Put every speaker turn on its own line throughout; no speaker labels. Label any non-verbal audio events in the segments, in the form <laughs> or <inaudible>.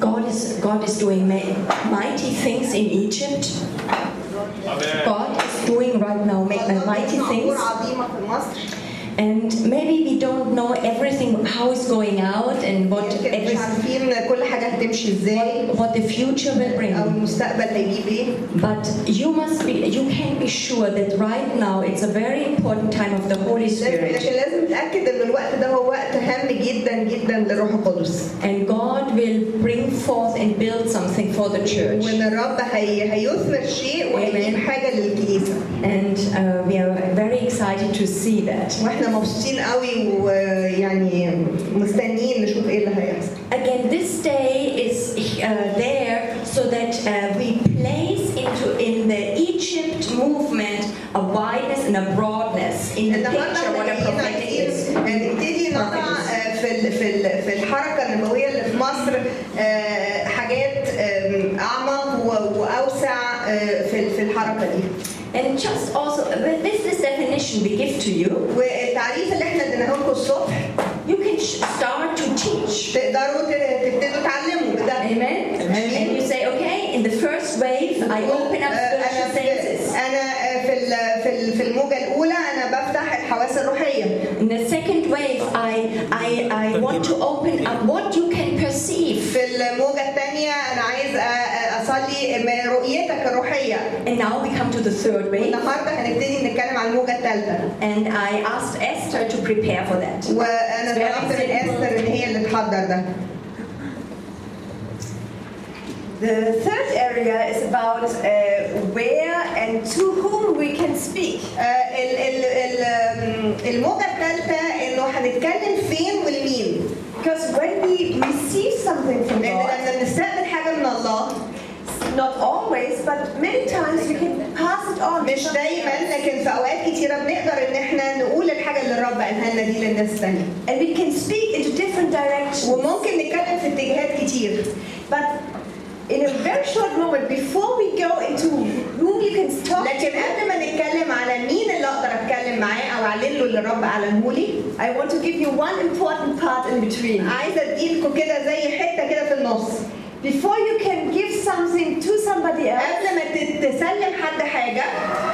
God is, God is doing ma- mighty things in Egypt. God is doing right now ma- uh, mighty things.
أمور عظيمة في مصر
And maybe we don't know everything, how it's going out and what,
يمكن مش
every,
عارفين كل حاجة هتمشي ازاي
what the future will
أو
bring.
المستقبل هيجيب ايه
But you must be, you can be sure that right now it's a very important time of the Holy
لازم-
Spirit.
لكن لازم نتأكد إن الوقت ده هو وقت هام جدا جدا للروح القدس
And God will bring forth and build something for the church.
وإن الرب هي هيثمر شيء وهيجيب
Amen.
حاجة للكنيسة
And uh, we are very excited to see that.
واحنا مبسوطين قوي ويعني مستنيين نشوف ايه اللي هيحصل
Again, this day is uh, there so that uh, we place into in the Egypt movement a wideness and a broadness in the
النهارده
picture what a
احنا
prophetic
عايزين
is.
نبتدي نضع آه، في ال- في ال- في الحركه النبويه اللي في مصر آه، حاجات آم، اعمق و- واوسع آه، في ال- في الحركه دي
And just also, uh, well, this is definition we give to you.
والتعريف اللي احنا اديناه لكم الصبح
You can sh- start to teach.
تقدروا ت- تبتدوا تعلموا بده
Amen? And you say, okay, in the first wave, I open up
آه،
spiritual
انا في-
senses.
انا آه، في ال- في ال- في الموجه الاولى انا بفتح الحواس الروحيه
In the second wave, I, I, I want to open up what you can perceive.
في الموجة الثانية أنا عايز أ- أ- أصلي من رؤيتك الروحية
And now we come to the third wave.
النهاردة هنبتدي نتكلم عن الموجة الثالثة
And I asked Esther to prepare for that.
وأنا طلبت من أستر إن هي اللي تحضر ده
The third area is about uh, where and to whom we can speak. Uh,
آه، ال- ال- ال-
um,
الموجة الثالثة إنه هنتكلم فين والمين
Because when we receive something from
لأن
God,
لما بنستقبل حاجة من الله
not always, but many times we can pass it on. to
مش
somebody else.
دايما لكن في أوقات كتيرة بنقدر إن إحنا نقول الحاجة اللي الرب قالها لنا دي للناس الثانية
And we can speak into different directions.
وممكن نتكلم في اتجاهات كتير
But in a very short moment, before we go into whom you can talk
لكن قبل ما نتكلم على مين اللي اقدر اتكلم معاه او اعلن له اللي الرب علمه لي
to, I want to give you one important part in between.
عايزه اديلكوا كده زي حته كده في النص
Before you can give something to somebody else,
قبل ما ت- تسلم حد حاجه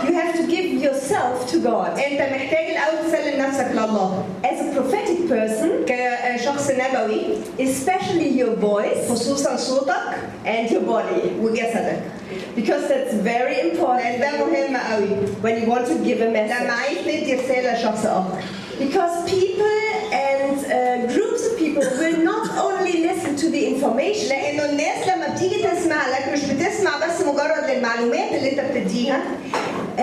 you have to give yourself to God.
انت محتاج الاول تسلم نفسك لله
As a prophetic person,
كشخص نبوي
especially your voice
خصوصا صوتك
and your body,
وجسدك
because that's very
لان ده
important
مهم قوي
when you want to give a
لما
message.
عايز تدي رساله لشخص اخر
Because people and uh, groups of people will not only listen to the information,
لانه الناس لما بتيجي تسمع لك مش بتسمع بس مجرد للمعلومات اللي انت بتديها
uh,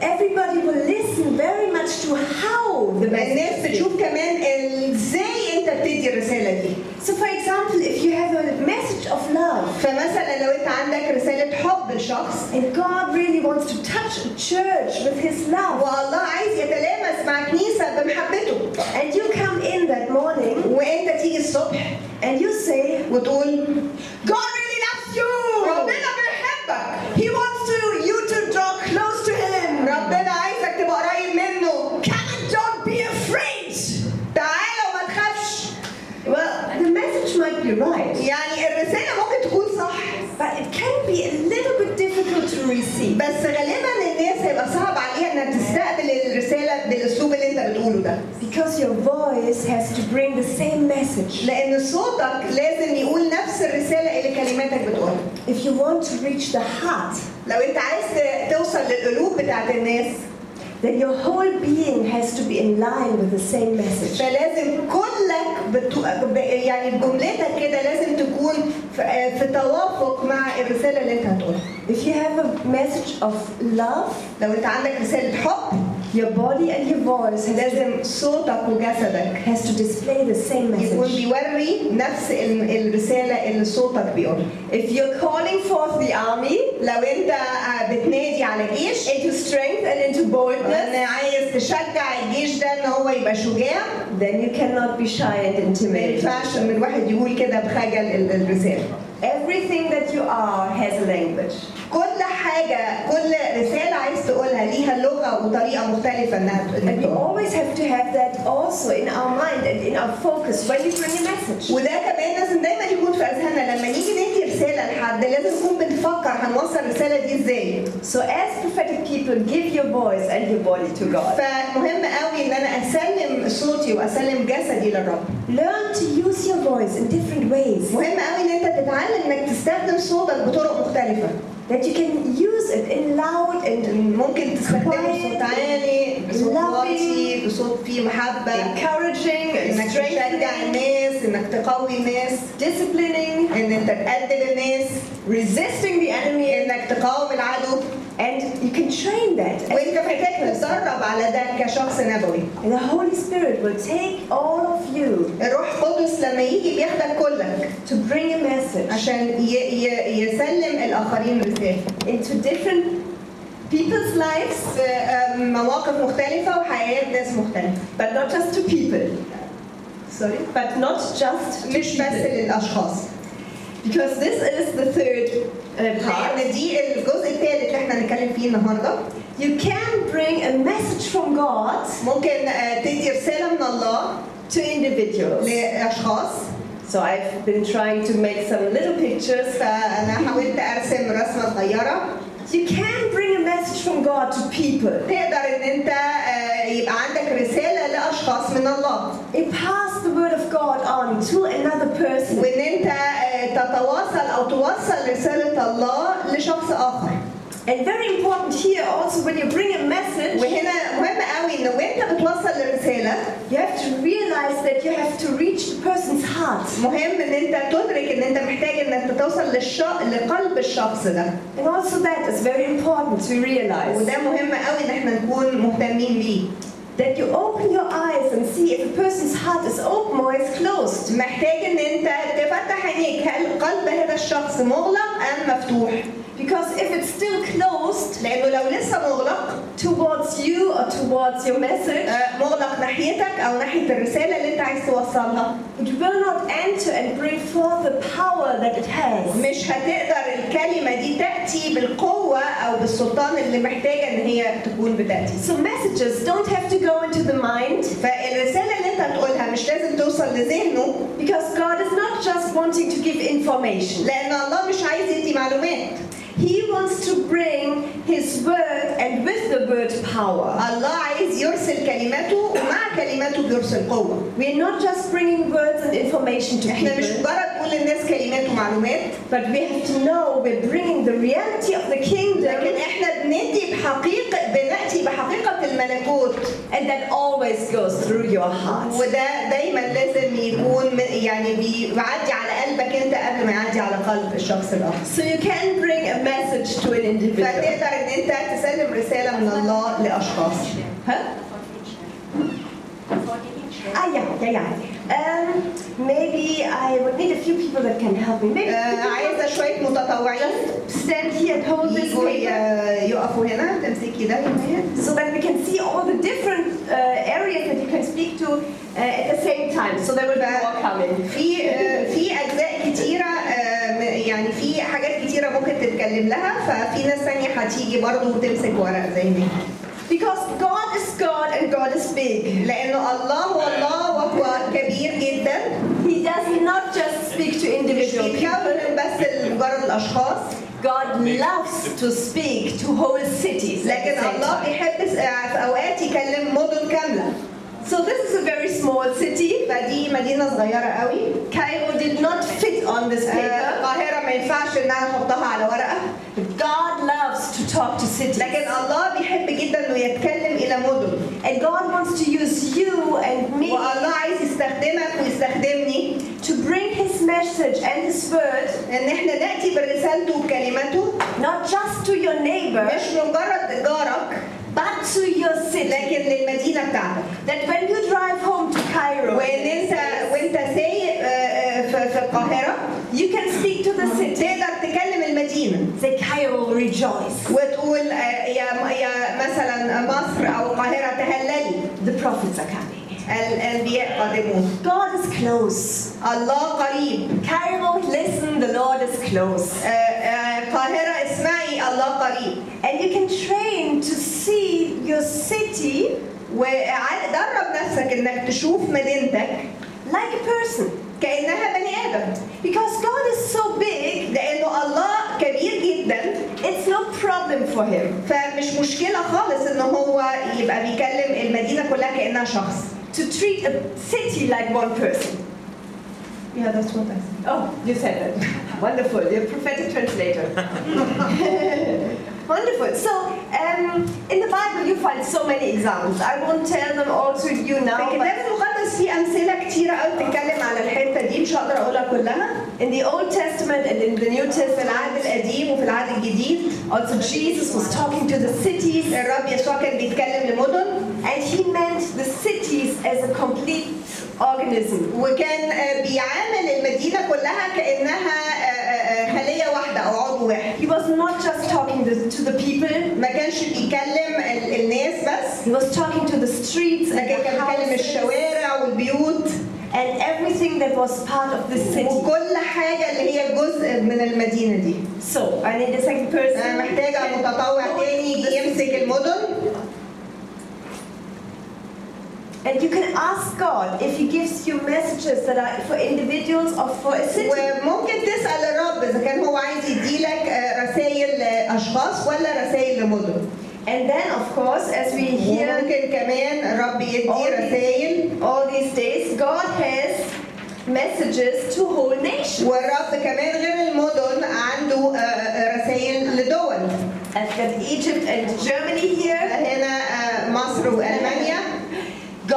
everybody will listen very much to how the message
الناس
is given.
بتشوف كمان ازاي انت بتدي الرساله دي
So, for example, if you have a message of love,
فمثلا لو انت عندك رساله حب لشخص
and God really wants to touch a church with His love,
والله عايز يتلامس مع كنيسه بمحبته
and you come in that morning
وانت تيجي الصبح
and you say,
وتقول God really loves you ربنا بيحبك
He wants to you to draw close to him.
ربنا عايزك تبقى قريب منه
Mm. Come and don't be afraid.
تعالى وما تخافش
Well, the message might be right,
يعني الرساله ممكن تكون صح
but it can be a little bit difficult to receive.
بس غالبا الناس هيبقى صعب عليها انها تستقبل الرساله بالاسلوب اللي انت بتقوله ده
Because your voice has to bring the same message.
لان صوتك لازم يقول نفس الرساله
e
اللي كلماتك بتقولها
If you want to reach the heart,
لو انت عايز ت- توصل للقلوب بتاعت الناس
then your whole being has to be in line with the same message.
فلازم كلك بتو... ب- يعني جملتك كده لازم تكون في, آه، في توافق مع الرساله اللي انت هتقولها
If you have a message of love,
لو انت عندك رساله حب
your body and your voice has to,
لازم صوتك وجسدك
has to display the same
يكون
message.
بيوري نفس ال- الرساله اللي صوتك بيقولها
If you're calling forth the army, uh,
لو انت آه، بتنادي على جيش
into strength and into boldness,
ان عايز تشجع الجيش ده ان هو يبقى شجاع
then you cannot be shy and
ما
intimidated.
ينفعش ان الواحد يقول كده بخجل ال- الرساله
Everything that you are has a language.
كل حاجة كل رسالة عايز تقولها ليها لغة وطريقة مختلفة انها
And we
تقولها
always have to have that also in our mind and in our focus when we bring a message.
وده كمان لازم دايما يكون في اذهاننا احنا لما نيجي ندي رساله لحد لازم نكون بنفكر هنوصل الرساله دي ازاي
So, as prophetic people, give your voice and your body to God.
فمهم قوي ان انا اسلم صوتي واسلم جسدي للرب
Learn to use your voice in different ways,
مهم قوي ان انت تتعلم انك تستخدم صوتك بطرق مختلفه
that you can use it in loud and
ممكن تستخدمه بصوت عالي بصوت واطي بصوت فيه محبه
encouraging,
انك تشجع
strengthening,
الناس انك تقوي الناس
disciplining,
ان انت تقدم الناس
resisting the enemy,
انك تقاوم العدو
and you can train that.
وانت محتاج تتدرب على ده كشخص نبوي
And the Holy Spirit will take all of you
الروح القدس لما يجي بياخدك كلك
to bring a message
عشان ي ي يسلم الاخرين رساله
into different people's lives,
في آه، مواقف مختلفه وحياه ناس مختلفه
but not just to people. Sorry, but not just to
مش بس
people.
للاشخاص
Because this is the third uh, part.
لان دي الجزء الثالث اللي احنا هنتكلم فيه النهارده
You can bring a message from God
ممكن آه، تدي رساله من الله
to individuals.
لاشخاص
So I've been trying to make some little pictures. uh,
فانا حاولت ارسم رسمه صغيره
You can bring a message from God to people.
تقدر ان انت آه، يبقى عندك رساله لاشخاص من الله
It pass the word of God on to another person.
وان انت آه، تتواصل او توصل رساله الله لشخص اخر
And very important here also when you bring a message,
وهنا مهم قوي ان وانت بتوصل الرساله
you have to realize that you have to reach the person's heart
مهم ان انت تدرك ان انت محتاج انك توصل للش... لقلب الشخص ده
And also that is very important to realize
وده مهم قوي ان احنا نكون مهتمين بيه
that you open your eyes and see if a person's heart is open or is closed.
محتاج ان انت تفتح عينيك هل قلب هذا الشخص مغلق ام مفتوح
Because if it's still closed
لانه لو لسه مغلق
towards you or towards your message,
آه، مغلق ناحيتك او ناحيه الرساله اللي انت عايز توصلها
it will not enter and bring forth the power that it has.
مش هتقدر الكلمه دي تاتي بالقوه او بالسلطان اللي محتاجه ان هي تكون بتاتي
So messages don't have to go into the mind
فالرساله اللي انت هتقولها مش لازم توصل لذهنه
because God is not just wanting to give information.
لان الله مش عايز يدي معلومات
He wants to bring His word and with the word power.
الله عايز يرسل كلماته ومع كلماته بيرسل قوه
We're not just bringing words and information to
احنا مش
people,
مجرد نقول للناس كلمات ومعلومات
but we have to know we're bringing the reality of the
لكن
kingdom
احنا بندي بحقيقه بناتي بحقيقه الملكوت
and that always goes through your heart.
وده دايما لازم يكون من- يعني بيعدي على قلبك انت قبل ما يعدي على قلب الشخص الاخر
So you can bring a message to an individual.
فتقدر ان انت تسلم رساله من الله لاشخاص
Huh?
Huh?
Ah, yeah, yeah, yeah. Um, maybe I would need a few people that can help me. Maybe
آه،
people
عايزه شويه متطوعين
can stand here and hold this
يجوا
paper.
ي- يقفوا هنا تمسكي ده هنا.
so that we can see all the different uh, areas that you can speak to uh, at the same time. So there will be more coming.
في آه، في اجزاء كتيره آه، م- يعني في حاجات كتيره ممكن تتكلم لها ففي ناس ثانيه هتيجي برضه وتمسك ورق زي ما هي.
Because God is God and God is big.
لانه الله هو الله وهو كبير جدا
He does not just speak to
مش
individual people.
بيتكلم بس لمجرد الاشخاص
God loves to speak to whole cities. at
لكن
the same
الله
time.
بيحب س- في اوقات يكلم مدن كامله
So this is a very small city.
فدي مدينه صغيره قوي
Cairo did not fit on this
آه،
paper.
القاهره ما ينفعش انها احطها على ورقه
But God loves to talk to cities.
لكن الله بيحب جدا انه يتكلم الى مدن
And God wants to use you and me
والله عايز يستخدمك ويستخدمني
to bring His message and His word
ان احنا ناتي برسالته وكلماته
not just to your neighbor,
مش مجرد جارك
but to your city.
لكن للمدينه بتاعتك
That when you drive home to Cairo,
وان انت
uh,
وانت سايق آه، آه، في في القاهره
you can speak to the city.
تقدر تكلم المدينه
Say, Cairo will rejoice.
وتقول آه، يا يا مثلا مصر او القاهره تهللي
The prophets are coming.
الانبياء قادمون
God is close.
الله قريب
Cairo, listen, the Lord is close.
آه، آه، القاهره اسمعي الله قريب
And you can train to see your city
ودرب نفسك انك تشوف مدينتك
like a person.
كانها بني ادم
Because God is so
problem for him. فمش مشكلة خالص إن هو يبقى بيكلم المدينة كلها كأنها شخص.
to treat a city like one person.
Yeah, that's what I said.
Oh, you said that. Wonderful. You're a prophetic translator. Wonderful. So, um, in the Bible, you find so many examples. I won't tell them all to you now.
في الكتاب
But
المقدس في أمثلة كتيرة قوي بتتكلم على الحتة دي مش هقدر أقولها كلها.
in the Old Testament and in the New
في العهد
Testament,
القديم وفي العهد الجديد
also Jesus was talking to the cities,
الرب يسوع كان بيتكلم لمدن
and he meant the cities as a complete organism.
وكان آه، بيعامل المدينة كلها كأنها آه، آه، آه، خلية واحدة أو عضو واحد.
He was not just talking the- to the people.
ما كانش بيكلم ال- الناس بس
He was talking to the streets and
لكن
the
كان بيكلم
houses
الشوارع والبيوت
and everything that was part of the city.
وكل حاجة اللي هي جزء من المدينة دي
So I need a second person.
أنا محتاجة متطوع تاني يجي يمسك المدن
And you can ask God if He gives you messages that are for individuals or for a city.
وممكن تسأل الرب إذا كان هو عايز يديلك رسائل لأشخاص ولا رسائل لمدن
And then, of course, as we hear
وممكن كمان الرب يدي رسائل
all these days, God has messages to whole nations.
والرب كمان غير المدن عنده آه، آه، رسائل لدول
I've got Egypt and Germany here.
هنا آه، مصر وألمانيا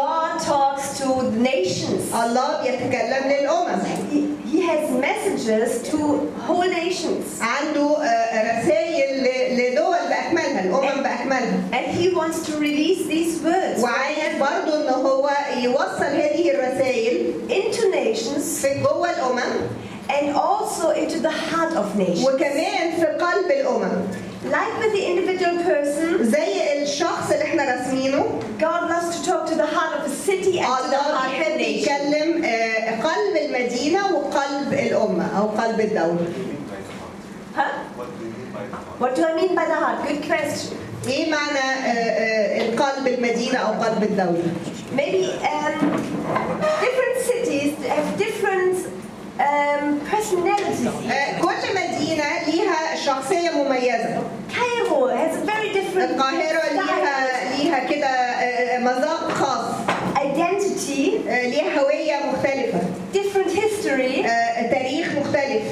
God talks to the nations.
الله بيتكلم للأمم
He, he has messages to whole nations.
عنده رسائل لدول باكملها الامم باكملها
And He wants to release these words
وعايز برضه ان هو يوصل هذه الرسائل
into nations
في جوه الامم
and also into the heart of nations.
وكمان في قلب الامم
Like with the individual person,
زي الشخص اللي احنا راسمينه
God loves to talk to the heart of a city and to the
الله
heart of
بيحب
a nation.
يكلم آه، قلب المدينه وقلب الامه او قلب الدوله
Huh?
What do you mean by the heart? What do you mean by the heart?
What do I mean by the heart? Good question.
ايه معنى آه، آه، القلب المدينه او قلب الدوله
Maybe um, different cities have different um, personalities.
آه، كل مدينه ليها شخصيه مميزه
Cairo has a very different
القاهرة ليها
style,
ليها كده آه، مذاق خاص
identity,
آه، ليها هوية مختلفة
different history. Uh,
آه، تاريخ مختلف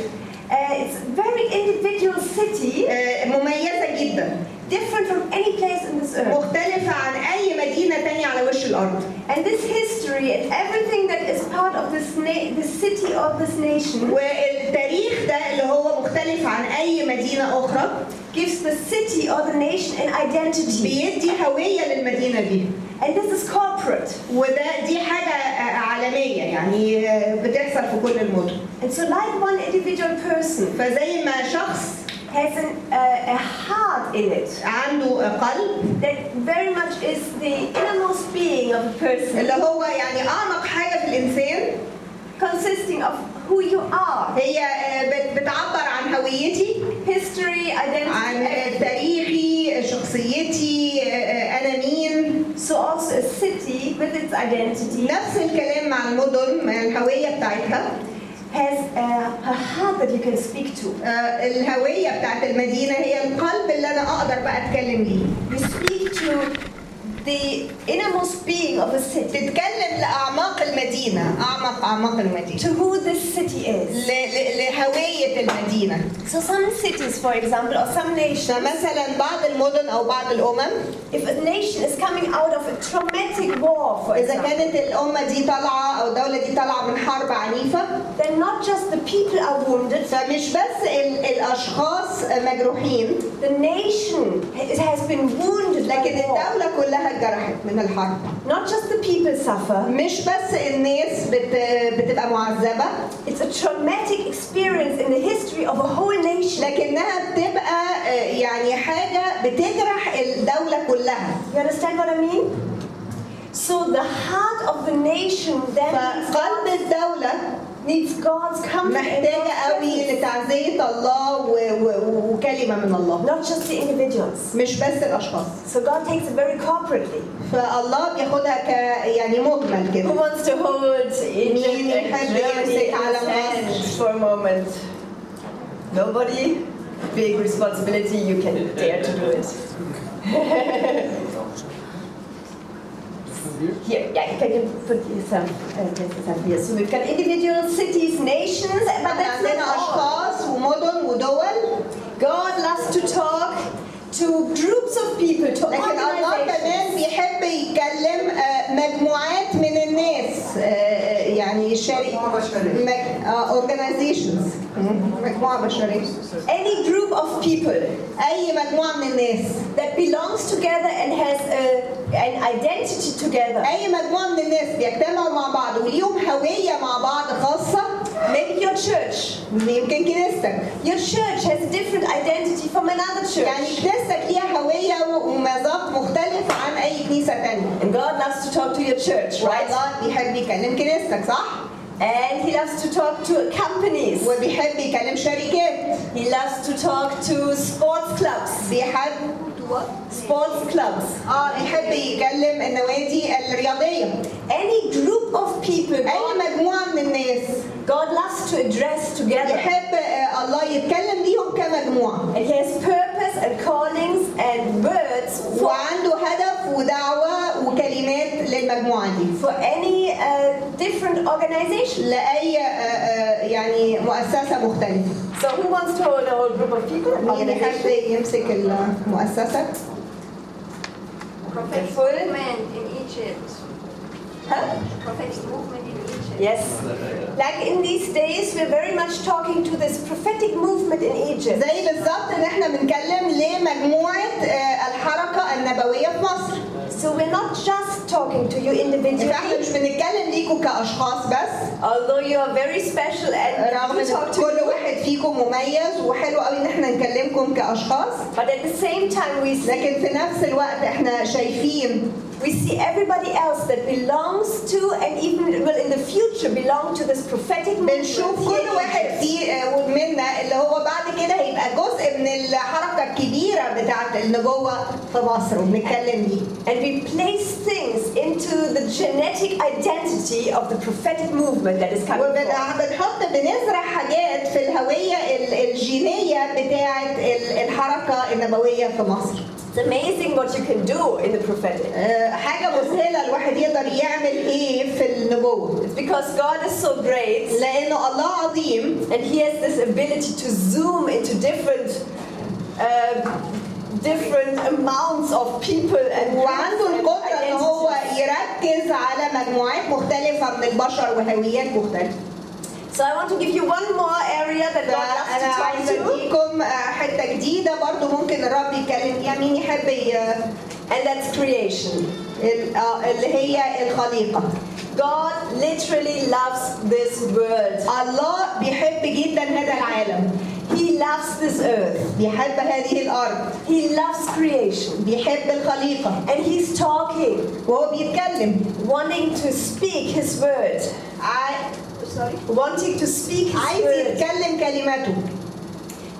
it's a very individual city,
آه، مميزة جدا
different from any place in this earth.
مختلفة عن أي مدينة تانية على وش الأرض
And this history and everything that is part of this, na- this city or this nation
والتاريخ ده اللي هو مختلف عن أي مدينة أخرى
gives the city or the nation an identity.
بيدي هوية للمدينة دي
And this is corporate.
وده دي حاجة آه، عالمية يعني آه، بتحصل في كل المدن
And so, like one individual person
فزي ما شخص
has an, uh, a heart in it
عنده آه، قلب
that very much is the innermost being of a person,
اللي هو يعني أعمق حاجة في الإنسان
consisting of who you are,
هي آه، بت- بتعبر عن هويتي
history,
عن
identity.
آه، تاريخي آه، شخصيتي آه، آه، انا مين
So, also a city with its identity
نفس الكلام مع المدن مع الهويه بتاعتها
has a, a heart that you can speak to.
آه، الهويه بتاعت المدينه هي القلب اللي انا اقدر بقى اتكلم بيه
You speak to the innermost being of a city,
تتكلم لاعماق المدينه اعمق اعماق المدينه
to who this city
ل-
is.
ل- لهويه المدينه
So some cities, for example, or some nations,
فمثلا يعني بعض المدن او بعض الامم
if a nation is coming out of a traumatic war, for
اذا
example,
كانت الامه دي طالعه او الدوله دي طالعه من حرب عنيفه
then not just the people are wounded,
فمش بس ال- الاشخاص مجروحين
the nation ha- has been wounded by
لكن
the war.
الدولة كلها اتجرحت من الحرب
Oh. Not just the people suffer.
مش بس الناس بت... بتبقى معذبة
It's a traumatic experience in the history of a whole nation.
لكنها بتبقى آه، يعني حاجة بتجرح الدولة كلها
You understand what I mean? So the heart of the nation then needs
فقلب الدولة
needs God's comfort. and
محتاجة
God's
قوي
presence.
لتعزية الله و... و... وكلمة من الله
Not just the individuals.
مش بس الأشخاص
So God takes it very corporately.
فالله بياخدها ك يعني مجمل
Who
كده
wants to hold Egypt
Meaning
and
had
Germany
basic
in his
elements.
hand for a moment? Nobody? big responsibility, you can dare to do it. Here, yeah, you can put yourself, uh, just yourself here. So we've got individual cities, nations, but
احنا
that's
عندنا
not all.
اشخاص ومدن ودول
God loves to talk to groups of people, to
لكن الله
organizations.
كمان بيحب يكلم آه، مجموعات من الناس آه، آه، يعني شريك اورجانيزيشنز مجموعه بشريه
Any group of people
اي مجموعه من الناس
that belongs together and has a, an identity together.
اي مجموعه من الناس بيجتمعوا مع بعض وليهم هويه مع بعض خاصه
Maybe your church.
يمكن كنيستك
Your church has a different identity from another
يعني
church.
كنيستك ليها هويه ومميزات مختلفه عن اي كنيسه تانية
And God loves to talk to your church, right?
والله بيحب يكلم كنيستك صح؟
And He loves to talk to companies.
وبيحب يكلم شركات
He loves to talk to sports clubs.
بيحب
Sports clubs.
اه بيحب يكلم النوادي الرياضيه
Any group of people
اي
God,
مجموعه من الناس
God loves to address together.
يحب
uh,
آه، الله يتكلم ليهم كمجموعه
And He has purpose and callings and words for,
وعنده هدف ودعوه وكلمات للمجموعه دي
for any uh, different organization.
لاي آه،
uh,
آه، يعني مؤسسه مختلفه
So who wants to hold a whole group of people?
مين يحب يمسك المؤسسه
Prophetic movement in Egypt.
Huh?
Prophetic movement in Egypt.
Yes. Like in these days, we're very much talking to this prophetic movement in Egypt.
زي بالظبط ان احنا بنتكلم لمجموعه آه، الحركه النبويه في مصر
So we're not just talking to you
فاحنا
individually,
مش بنتكلم ليكوا كاشخاص بس
although you are very special and
رغم
we
ان
talk to
كل
you.
واحد فيكم مميز وحلو قوي ان احنا نكلمكم كاشخاص
But at the same time, we see,
لكن في نفس الوقت احنا شايفين
we see everybody else that belongs to and even will in the future belong to this prophetic movement.
بنشوف كل واحد
here in Egypt.
فيه آه، منا اللي هو بعد كده هيبقى جزء من الحركه الكبيره بتاعت النبوه في مصر وبنتكلم دي
And we place things into the genetic identity of the prophetic movement that is coming forth.
eh, وبنحط بنزرع حاجات في الهويه ال- الجينيه بتاعت ال- الحركه النبويه في مصر
It's amazing what you can do in the prophetic.
آه، حاجه مذهله الواحد يقدر يعمل ايه في النبوه
It's because God is so great
لانه الله عظيم
and He has this ability to zoom into different, uh, different amounts of people and
وعنده القدره ان هو
identities.
يركز على مجموعات مختلفه من البشر وهويات مختلفه
So I want to give you one more area that
فانا
God loves to
عايزه
talk to,
اديكم آه، حته جديده برضو ممكن الرب يتكلم فيها مين يحب ي-
and that's creation.
ال- آه، اللي هي الخليقه
God literally loves this world.
الله بيحب جدا هذا العالم
He loves this earth.
بيحب هذه الارض
He loves creation.
بيحب الخليقه
And He's talking,
وهو بيتكلم
wanting to speak His word.
عاي-
wanting to speak his
عايز
word
يتكلم كلمته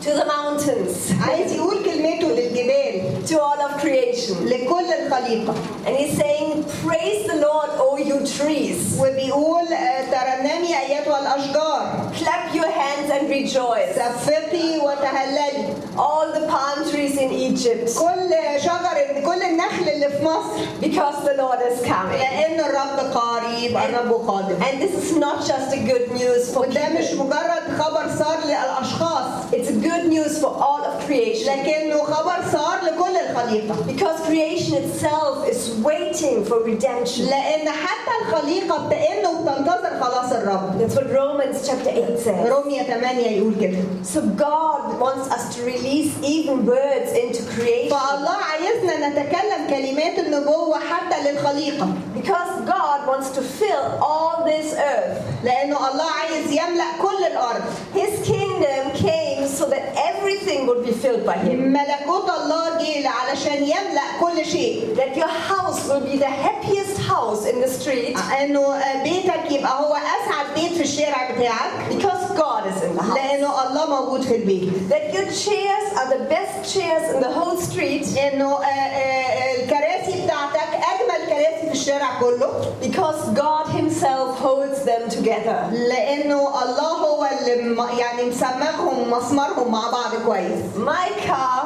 to the mountains,
عايز يقول كلمته للجبال
to all of creation.
لكل الخليقه
And he's saying, Praise the Lord, O you trees.
وبيقول آه، ترنمي ايتها الاشجار
Clap your hands and rejoice.
سفقي وتهللي
All the palm trees in Egypt,
كل شجر كل النخل اللي في مصر
because the Lord is coming.
لان الرب قريب الرب قادم
And this is not just a good news for
وده مش
people.
مجرد خبر صار للاشخاص
It's a good news for all of creation.
لكنه خبر صار لكل الخليقه
Because creation itself is waiting for redemption.
لان حتى الخليقه بتئن وبتنتظر خلاص الرب
That's what Romans chapter 8 says.
رومية 8 يقول كده
So God wants us to release even words into creation.
فالله عايزنا نتكلم كلمات النبوة حتى للخليقة
Because God wants to fill all this earth.
لأنه الله عايز يملأ كل الأرض
His kingdom came so that everything would be filled by Him.
ملكوت الله جه علشان يملأ كل شيء
That your house will be the happiest house in the street
انه بيتك يبقى هو اسعد بيت في الشارع بتاعك
because God is in the house.
لانه الله موجود في البيت
That your chairs are the best chairs in the whole street uh,
انه آه، آه، الكراسي بتاعتك اجمل كراسي في الشارع كله
because God Himself holds them together.
لانه الله هو اللي م- يعني مسمغهم مسمرهم مع بعض كويس
My car,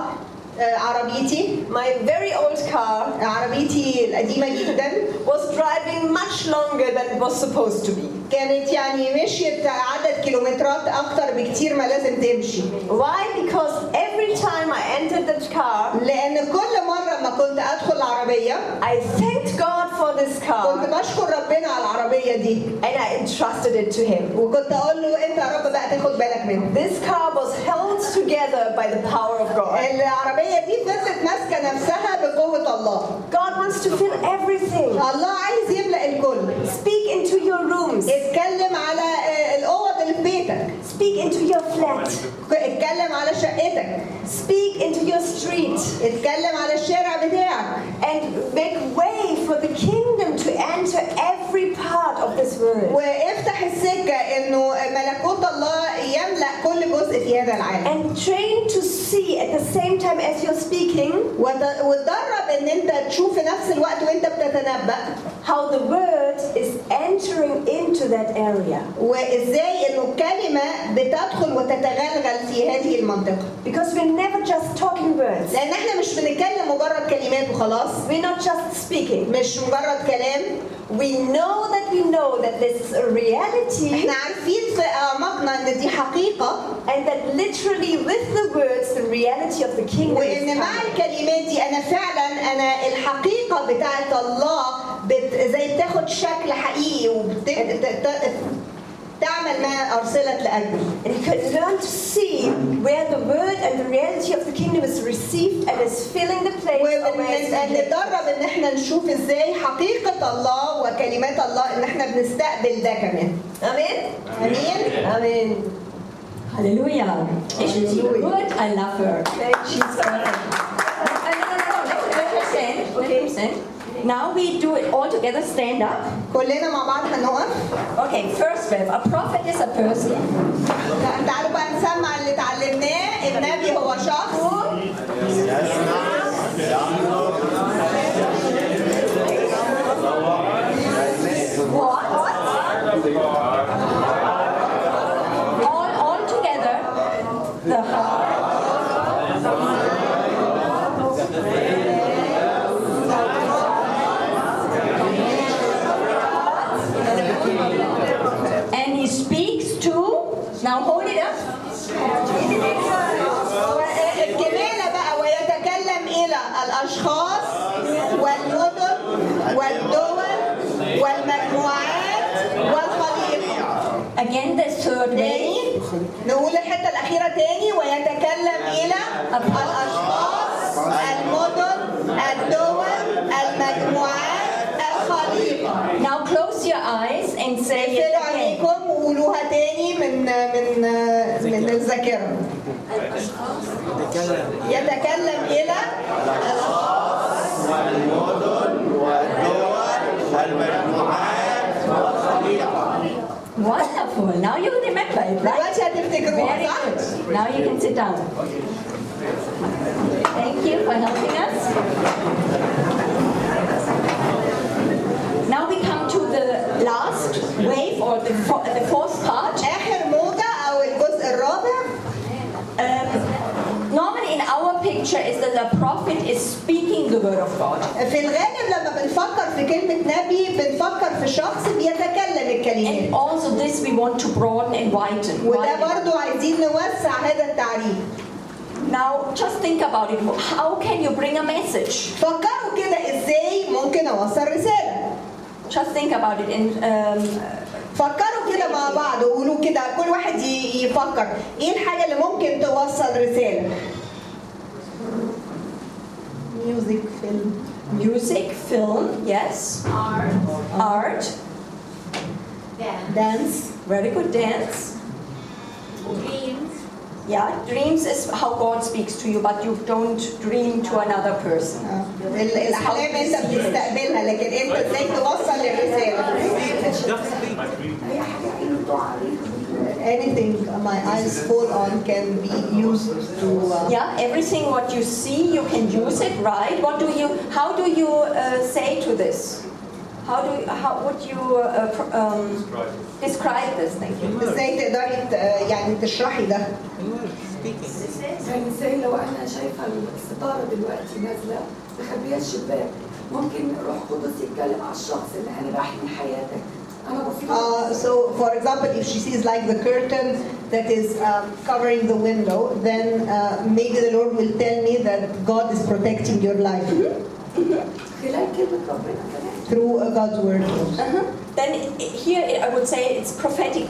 آه، عربيتي
uh, my very old car,
عربيتي القديمة جدا
was driving much longer than it was supposed to be.
كانت يعني
uh,
مشيت عدد كيلومترات اكتر بكتير ما لازم تمشي
Why? Because every time I entered that car,
لان كل مرة ما كنت ادخل العربية
I thanked God for this
كنت
car
بشكر ربنا على العربية دي
and I entrusted it to Him.
وكنت اقول له انت يا رب بقى تاخد بالك منه
This car was held together by the power of God.
العربية دي فضلت ماسكة نفسها بقوة الله
God wants to fill everything.
الله عايز يملأ الكل
Speak into your rooms.
اتكلم على آه، الأوض اللي في بيتك
Speak into your flat.
اتكلم على شقتك
Speak into your street.
اتكلم على الشارع بتاعك
And make way for the kingdom to enter every part of this world.
وافتح السكة انه ملكوت الله يملأ كل جزء في هذا العالم
And train to see at the same time as you're speaking
وت- وتدرب ان انت تشوف في نفس الوقت وانت بتتنبأ
how the word is entering into that area.
وازاي انه الكلمة بتدخل وتتغلغل في هذه المنطقة
Because we're never just talking words,
لان احنا مش بنتكلم مجرد كلمات وخلاص
we're not just speaking.
مش مجرد كلام
We know that we know that this is a reality
احنا عارفين في اعماقنا ان دي حقيقة
and that literally with the words the reality of the kingdom is
وان مع
coming.
الكلمات دي انا فعلا انا الحقيقه بتاعه الله بت زي بتاخد شكل حقيقي وبتعمل ما ارسلت لاجله
And you can learn to see where the word and the reality of the kingdom is received and is filling the place of where it's needed.
وبنتدرب ان احنا نشوف ازاي حقيقه الله وكلمات الله ان احنا بنستقبل ده كمان
Amen?
امين
Amen.
Hallelujah. Isn't she
Hallelujah.
good? I love her.
Thank
She's so Uh, no, no, no, no. Let, let her stand. Let her stand. Now we do it all together. Stand up.
كلنا مع بعض هنقف
Okay, first verb. A prophet is a person.
تعالوا بقى نسمع اللي اتعلمناه النبي هو شخص
What? All, all together. The And he speaks to. Now hold it up.
الجمالة بقى ويتكلم إلى الأشخاص والمدن والدول والمجموعات والخليقة
Again, the third way.
تاني نقول الحتة الأخيرة تاني ويتكلم إلى الأشخاص المدن الدول المجموعات الخليقة
Now close your eyes and say it
اقفلوا
again.
عليكم وقولوها تاني من من من الذاكرة يتكلم إلى
Wonderful. Now you remember it, right?
دلوقتي هتفتكروها
Very
صح؟
good. Now you can sit down. Thank you for helping us. Now we come to the last wave or the, fo- the fourth part.
آخر موجة أو الجزء الرابع
Um, normally in our picture is that the prophet is speaking the word of God.
في الغالب لما بنفكر في كلمة نبي بنفكر في شخص بيتكلم
And
الكلمات
also this we want to broaden and widen.
وده
widen.
برضو عايزين نوسع هذا التعريف
Now just think about it. How can you bring a message?
فكروا كده ازاي ممكن اوصل رسالة
Just think about it. And um,
فكروا كده مع بعض وقولوا كده كل واحد ي- يفكر ايه الحاجة اللي ممكن توصل رسالة ميوزك فيلم
music, film, yes.
Art,
Art,
dance,
دانس
very good dance.
dreams,
Yeah, dreams is how God speaks to you, but you don't dream to another person.
آه. ال- الاحلام انت بتستقبلها لكن انت ازاي توصل الرسالة anything my eyes fall on can be used to uh,
Yeah, everything what you see, you can use it, right? What do you? How do you uh, say to this? How do you, how would you uh, pr- um,
Describe it.
describe this? Thank you.
ازاي تقدري ت- يعني تشرحي ده
This is
يعني زي لو انا شايفه الستاره دلوقتي نازله مخبيه الشباك ممكن روح قدس يتكلم على الشخص اللي انا راحين حياتك انا بصير
Uh, so, for example, if she sees like the curtain that is um, covering the window, then uh, maybe the Lord will tell me that God is protecting your life
Mm-hmm.
خلال كلمه ربنا كمان
through uh, God's word. also.
Uh-huh. Then i- here I would say it's prophetic.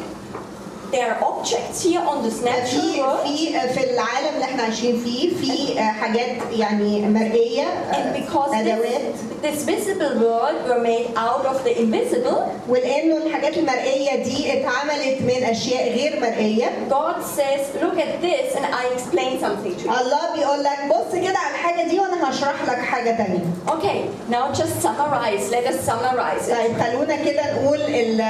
There are objects here on this
في
natural world,
في uh, في العالم اللي احنا عايشين فيه في uh, حاجات يعني مرئيه
and
uh,
because
ادوات
this, this visible world were made out of the invisible,
ولانه الحاجات المرئيه دي اتعملت من اشياء غير مرئيه
God says, "Look at this," and I explain something to you.
الله بيقول لك بص كده على الحاجه دي وانا هشرح لك حاجه تانية
Okay, now just summarize. Let us summarize it.
طيب خلونا كده نقول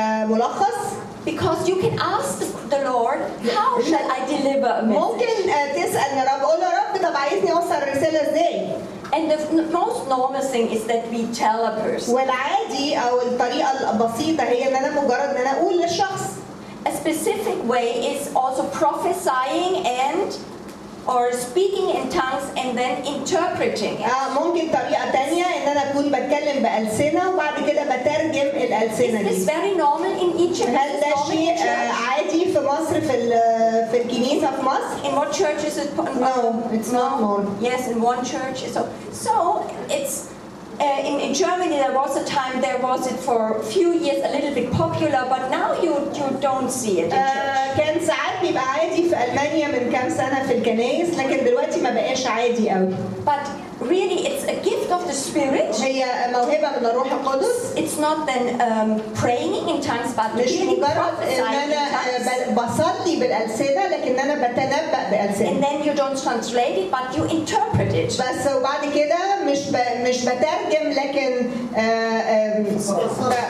الملخص
Because you can ask the Lord, how shall I deliver a message?
ممكن آه، تسال يا رب قول له يا رب طب عايزني اوصل الرساله ازاي
And the n- most normal thing is that we tell a person
والعادي او الطريقه البسيطه هي ان انا مجرد ان انا اقول للشخص
a specific way is also prophesying and or speaking in tongues and then interpreting it.
آه، ممكن طريقه تانية ان انا اكون بتكلم بالسنه وبعد كده بترجم
Is
الالسنه
this
دي
very normal in Egypt?
هل
Is this
ده
normal in
شيء آه،
church?
عادي في مصر في ال- في الكنيسه في مصر
In what church is it? po-
No, it's not normal.
Yes, in one church. So, so it's uh, in, in Germany there was a time there was it for a few years a little bit popular, but now you you don't see it in church.
آه، كان ساعات بيبقى عادي في المانيا من كام سنه في الكنائس لكن دلوقتي ما بقاش عادي قوي
But really, it's a gift of the Spirit.
هي موهبه من الروح القدس
It's not then um, praying in tongues, but
مش
really
مجرد ان
prophesying
انا
in tongues.
آه، ب- بصلي بالالسنه لكن انا بتنبأ
And
بالسنه
then you don't translate it, but you interpret it.
بس وبعد كده مش ب- مش بترجم لكن آه، آه،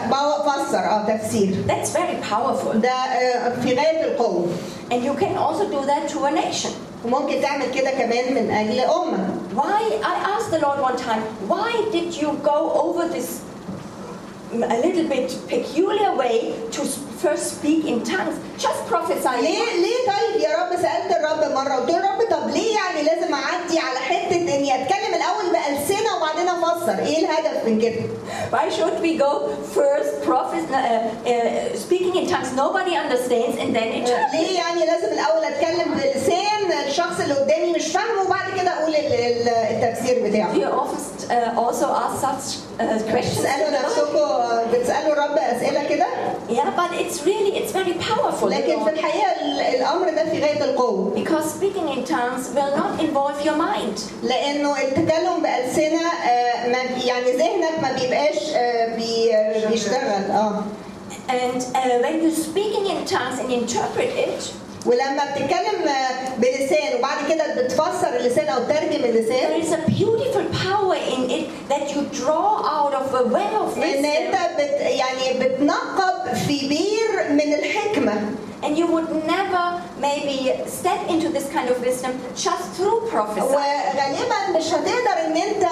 ب- بفسر اه تفسير
That's very powerful.
ده آه، في غايه القوه
And you can also do that to a nation.
وممكن تعمل كده كمان من اجل امه
Why, I asked the Lord one time, why did you go over this mm, a little bit peculiar way to s- first speak in tongues? Just prophesy.
ليه ليه طيب يا رب سالت الرب مره قلت له يا رب طب ليه يعني لازم اعدي على حته اني اتكلم الاول بالسنه وبعدين افسر ايه الهدف من كده
Why should we go first prophes- uh, uh, speaking in tongues? Nobody understands, and then it
ليه يعني لازم الاول اتكلم بلسان الشخks اللي قدامي مش فاهمه وبعد كده اقول ال- ال- التفسير بتاعه
You often uh, also ask such uh, questions.
بتسالوا نفسكم بتسالوا الرب اسئله كده
Yeah, but it's really it's very powerful. the
لكن في
Lord.
الحقيقه ال- الامر ده في غايه القوه
Because speaking in tongues will not involve your mind.
لانه التكلم بالسنه آه، ما بي- يعني ذهنك ما بيبقاش آه، بي- بيشتغل اه
And uh, when you're speaking in tongues and interpret it,
ولما بتتكلم آه، بلسان وبعد كده بتفسر اللسان او ترجم
there
اللسان
is a beautiful power in it that you draw out of a well of
ان انت
wisdom,
بت يعني بتنقب في بير من الحكمه
and you would never maybe step into this kind of wisdom just through prophecy.
وغالبا مش هتقدر ان انت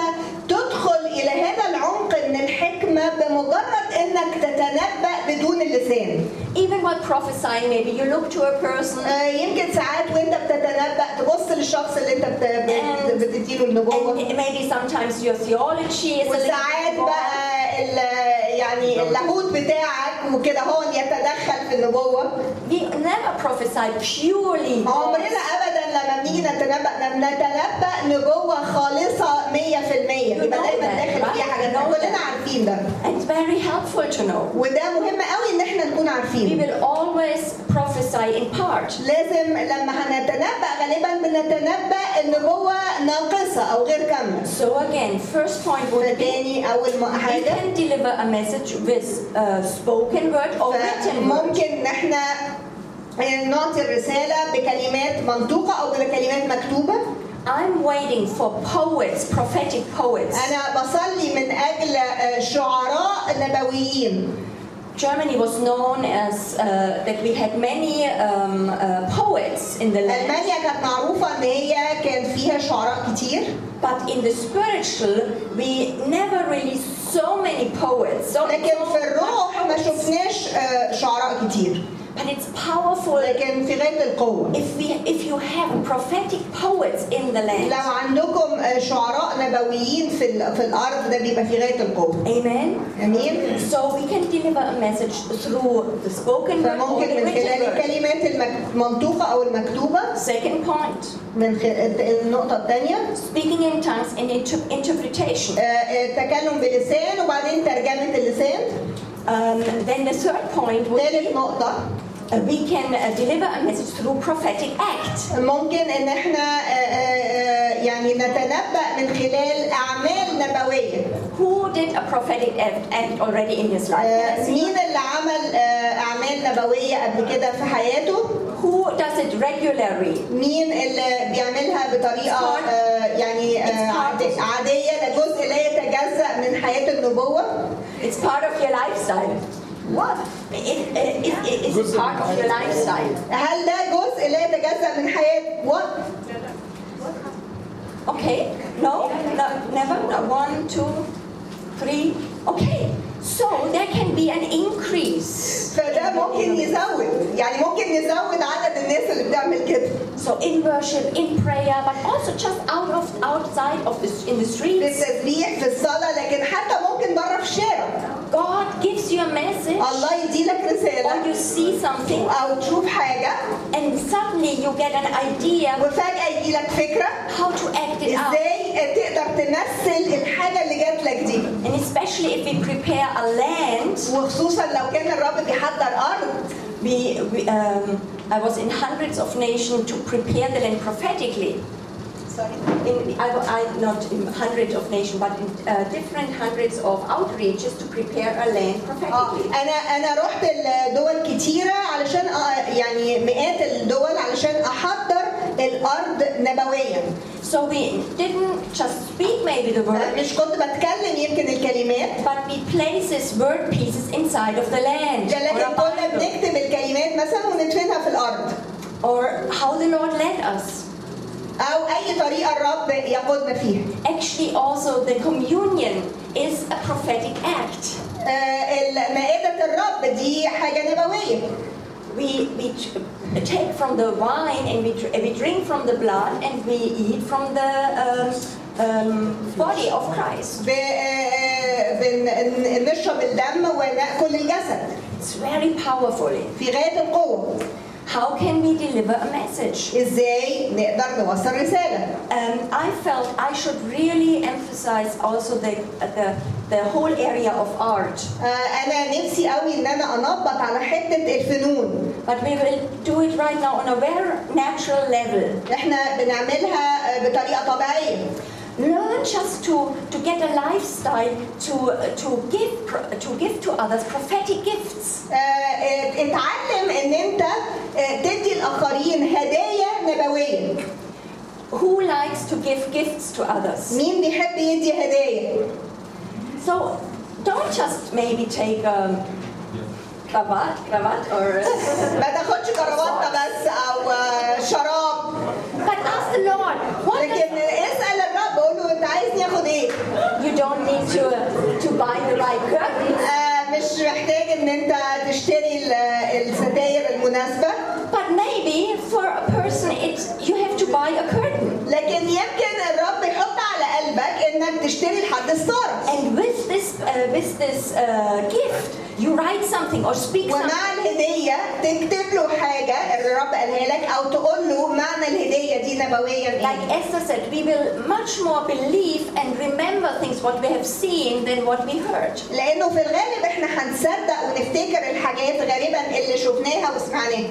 تدخل الى هذا العمق من الحكمه بمجرد انك تتنبأ بدون اللسان
Even while prophesying, maybe you look to a person
آه، يمكن ساعات وانت بتتنبأ تبص للشخص اللي انت بت- بت- بتديله النبوه
And maybe sometimes your theology is a little
وساعات
bit wrong.
بقى ال- يعني اللاهوت بتاعك وكده هو يتدخل في النبوه
We never prophesy purely.
عمرنا ابدا لما بنيجي نتنبأ بنتنبأ نبوه خالصه 100% بيبقى دايما داخل فيها حاجات كلنا عارفين ده
It's very helpful to know.
وده مهم قوي ان احنا نكون
We
عارفين
will always prophesy in part.
لازم لما هنتنبأ غالبا بنتنبأ النبوة ناقصة أو غير كاملة
So again, first point would be
فتاني أول ما-
we
حاجة
can deliver a message with uh, spoken word or written word.
فممكن ان احنا نعطي الرسالة بكلمات منطوقة أو بكلمات مكتوبة
I'm waiting for poets, prophetic poets,
أنا بصلي من أجل آه، شعراء نبويين
Germany was known as uh, that we had many um, uh, poets in the land,
المانيا كانت معروفه ان هي كان فيها شعراء كتير
but in the spiritual, we never really so many poets. So,
لكن في الروح ما
poets.
شفناش آه، شعراء كتير
but it's powerful
لكن في غايه القوه
if we if you have prophetic poets in the land.
لو عندكم آه، شعراء نبويين في ال- في الارض ده بيبقى في غايه القوه
Amen.
امين
So we can deliver a message through the spoken word or
فممكن
the
من
written
خلال
word.
الكلمات المك- المنطوقه او المكتوبه
Second point:
من خ- النقطه الثانيه
speaking in tongues and inter- interpretation.
التكلم آه، بلسان وبعدين ترجمه اللسان
Um, then the third point would be
ثالث نقطه
Uh, we can uh, deliver a message through prophetic act.
ممكن ان احنا آه، آه، آه، يعني نتنبأ من خلال اعمال نبويه
Who did a prophetic act, act already in his life? Can I
آه،
see?
مين اللي عمل آه، اعمال نبويه قبل كده في حياته
Who does it regularly?
مين اللي بيعملها بطريقه آه، يعني آه، عادي- عاديه ده جزء لا يتجزأ من حياه النبوه
It's part of your lifestyle. What? It, it, it, it, it's part of your lifestyle.
هل ده جزء لا يتجزأ من حياه وقت
Okay? No? no never? No. One, two, three. Okay. So there can be an increase.
فده ممكن يزود يعني ممكن يزود عدد الناس اللي بتعمل كده
So in worship, in prayer, but also just out of outside of the, in the
في
streets,
التسبيح في الصلاه لكن حتى ممكن بره في الشارع
God gives you a message.
الله يديلك
or you
رساله
see something
او تشوف حاجه
and suddenly you get an idea
وفجاه يجيلك فكره
how to act it out.
ازاي تقدر تمثل الحاجه اللي جات لك دي
And especially if we prepare a land,
وخصوصا لو كان الرب بيحضر ارض
we, we um, I was in hundreds of nations to prepare the land prophetically. In, I, wa- I, not in hundreds of nations, but in uh, different hundreds of outreaches to prepare a land
اه
prophetically.
انا انا رحت لدول كتيره علشان أ- يعني مئات الدول علشان احضر الارض نبويا
So we didn't just speak maybe the word,
مش كنت بتكلم يمكن الكلمات
but we places word pieces inside of the land.
ده
or a
لكن كنا
Bible,
بنكتب الكلمات مثلا وندفنها في الارض
or how the Lord led us.
او اي طريقه الرب يقودنا فيها
Actually, also the communion is a prophetic act.
آه، ال- مائده الرب دي حاجه نبويه
We, we tr- take from the wine and we, dr- we drink from the blood and we eat from the um, um, body of Christ.
ب- آه، بن- نشرب الدم وناكل الجسد
It's very powerful.
في غايه القوه
How can we deliver a message?
ازاي نقدر نوصل رساله
Um, I felt I should really emphasize also the, the, the whole area of art,
آه، انا نفسي قوي ان انا انبط على حته الفنون
but we will do it right now on a very natural level.
احنا بنعملها آه، بطريقه طبيعيه
Learn just to, to get a lifestyle to, to, give, pro- to give to others prophetic gifts.
آه، آه، اتعلم ان انت آه، تدي الاخرين هدايا نبويه
Who likes to give gifts to others?
مين بيحب يدي هدايا
So don't just maybe take a cravat, cravat or. uh,
ما تاخدش كرافته بس او آه، شراب
But ask the Lord, what
لكن اسال الرب قول له انت عايزني اخد ايه
does- you don't need to, to buy the right curtains,
آه، مش محتاج ان انت تشتري ال- آه، الستاير المناسبه
but maybe for a person it, you have to buy a curtain.
لكن يمكن الرب يحط على قلبك انك تشتري لحد الصرف
And with this, uh, with this uh, gift, you write something or speak something.
ومع الهدية تكتب له حاجة الرب قالها لك أو تقول له معنى الهدية دي نبويا
Like
إيه؟
Esther said, we will much more believe and remember things what we have seen than what we heard.
لأنه في الغالب إحنا هنصدق ونفتكر الحاجات غالبا اللي شفناها وسمعناها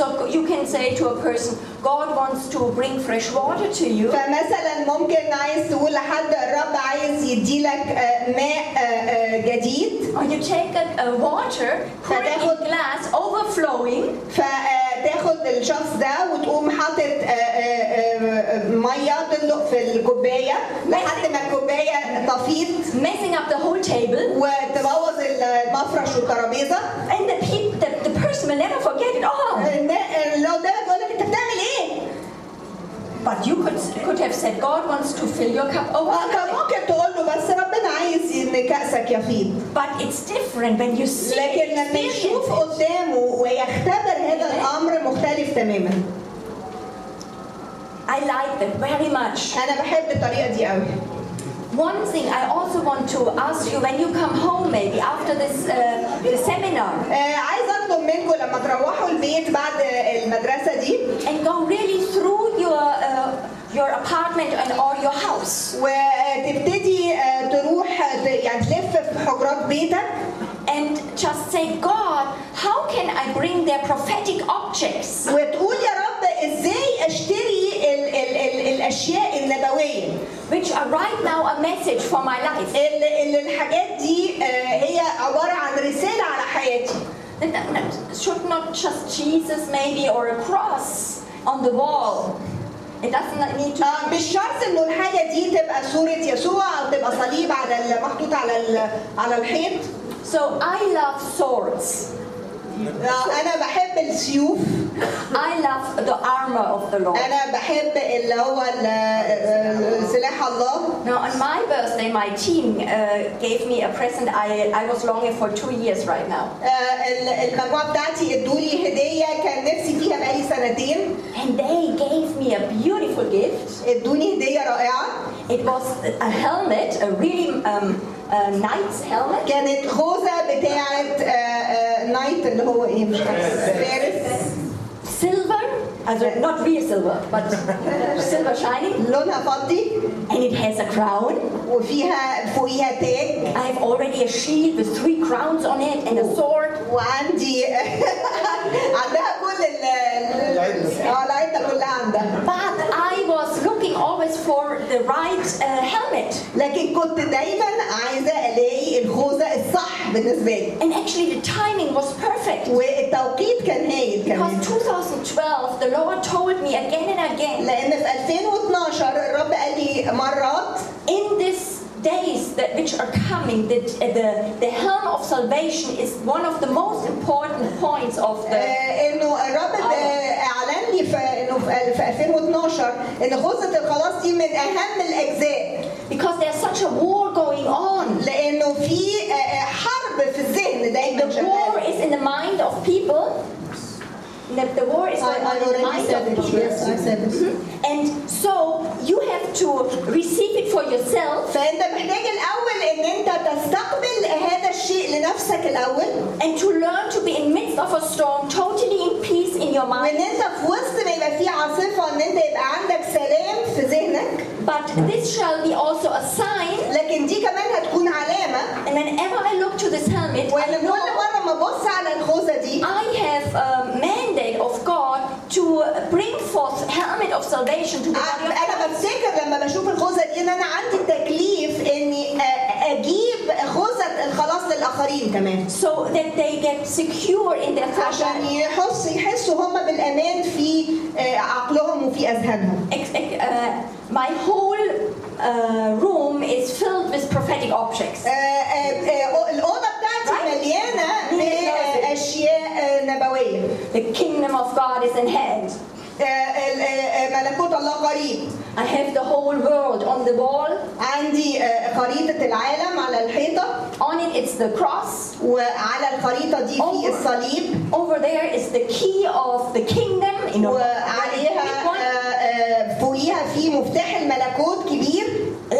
So you can say to a person, God wants to bring fresh water to you,
فمثلا ممكن عايز تقول لحد الرب عايز يديلك آه، ماء آه، آه، جديد
or you take a, a water, pour it in
Verdacht.
glass, overflowing,
فتاخد الشخص ده وتقوم حاطط آه، آه، آه، ميه تدلق في الكوبايه لحد ما الكوبايه تفيض
messing up the whole table.
وتبوظ المفرش والترابيزه
And the, peop the, the person will never forget it. Oh,
النا- اللي قدامك يقول لك انت بتعمل ايه؟
but you could, could have said, God wants to fill your cup
اه كان
over.
ممكن تقول له بس ربنا عايز ان كاسك يفيض
But it's different when you see
لكن لما
experience
يشوف
it.
قدامه ويختبر هذا الامر مختلف تماما
I like that very much.
انا بحب الطريقه دي قوي
One thing I also want to ask you when you come home, maybe after this uh, the seminar,
آه عايز اطلب منكم لما تروحوا البيت بعد المدرسه دي
and go really through your uh, your apartment and or your house,
وتبتدي آه، تروح ت- يعني تلف في حجرات بيتك
and just say, God, how can I bring their prophetic objects
وتقول يا رب ازاي اشتري ال ال ال الاشياء النبويه
which are right now a message for my life?
اللي, اللي الحاجات دي آه، هي عباره عن رساله على حياتي
That- that should not just Jesus maybe or a cross on the wall. It doesn't need to.
آه، مش شرط انه الحاجه دي تبقى صوره يسوع او تبقى صليب على ال- محطوط على ال- على الحيط
So I love swords.
آه، انا بحب السيوف
I love the armor of the Lord.
انا بحب اللي هو ال- ال- سلاح الله
Now, on my birthday, my team uh, gave me a present I, I was longing for two years right now.
آه، ال- المجموعه بتاعتي ادولي هديه كان نفسي فيها بقالي سنتين
And they gave me a beautiful gift.
ادوني هديه رائعه
It was a helmet, a really um, a knight's helmet.
كانت خوذه بتاعه آه، آه، نايت اللي هو ايه مش فاكرة. فارس
Silver, also not real silver, but silver shining.
لونها فضي
And it has a crown.
وفيها فوقيها تاج
I have already a shield with three crowns on it and a sword.
وعندي <laughs> عندها كل ال ال- اه العده كلها عندها
But I was looking always for the right uh, helmet.
لكن كنت دايما عايزه الاقي الخوذه الصح بالنسبه لي
And actually, the timing was perfect.
والتوقيت كان هايل كمان
Because 2012, the Lord told me again and again,
لان في 2012 الرب قال لي مرات
in these days that which are coming, that uh, the, the helm of salvation is one of the most important points of the.
آه، انه الرب ب- آه، اعلن لي في انه في في 2012 ان خوذه الخلاص دي من اهم الاجزاء
Because there's such a war going on.
لانه في آه، آه، حرب في الذهن دايما
The war
شغاله
is in the mind of people. The, the war is going on in the Mm-hmm. mind of people. And so you have to receive it for yourself
فانت محتاج الاول ان انت تستقبل هذا الشيء لنفسك الاول
and to learn to be in midst of a storm, totally in peace in your mind.
وان انت في وسط ما يبقى في عاصفه ان انت يبقى عندك سلام في ذهنك
But this shall be also a sign.
لكن دي كمان هتكون علامه
And whenever I look to this helmet,
وان
I
كل
know
مره ما ابص على الخوذه دي
I have a mandate of God to bring forth helmet of salvation to the body of
انا بفتكر لما بشوف الخوذه دي ان انا عندي تكليف اني أ- اجيب خوذه الخلاص للاخرين كمان
so that they get secure in their
عشان
fashion.
يحس يحسوا هم بالامان في آه، عقلهم وفي اذهانهم
Ex- ex- uh, my whole uh, room is filled with prophetic objects.
آه، آه، آه، الأوضة بتاعتي مليانة بأشياء آه، نبوية
The kingdom of God is in hand.
آه، ال- آه، ملكوت الله قريب
I have the whole world on the wall.
عندي آه، خريطة العالم على الحيطة
On it, it's the cross.
وعلى الخريطة دي في الصليب
Over there is the key of the kingdom. In a-
وعليها آه، آه، فوقيها في مفتاح الملكوت كبير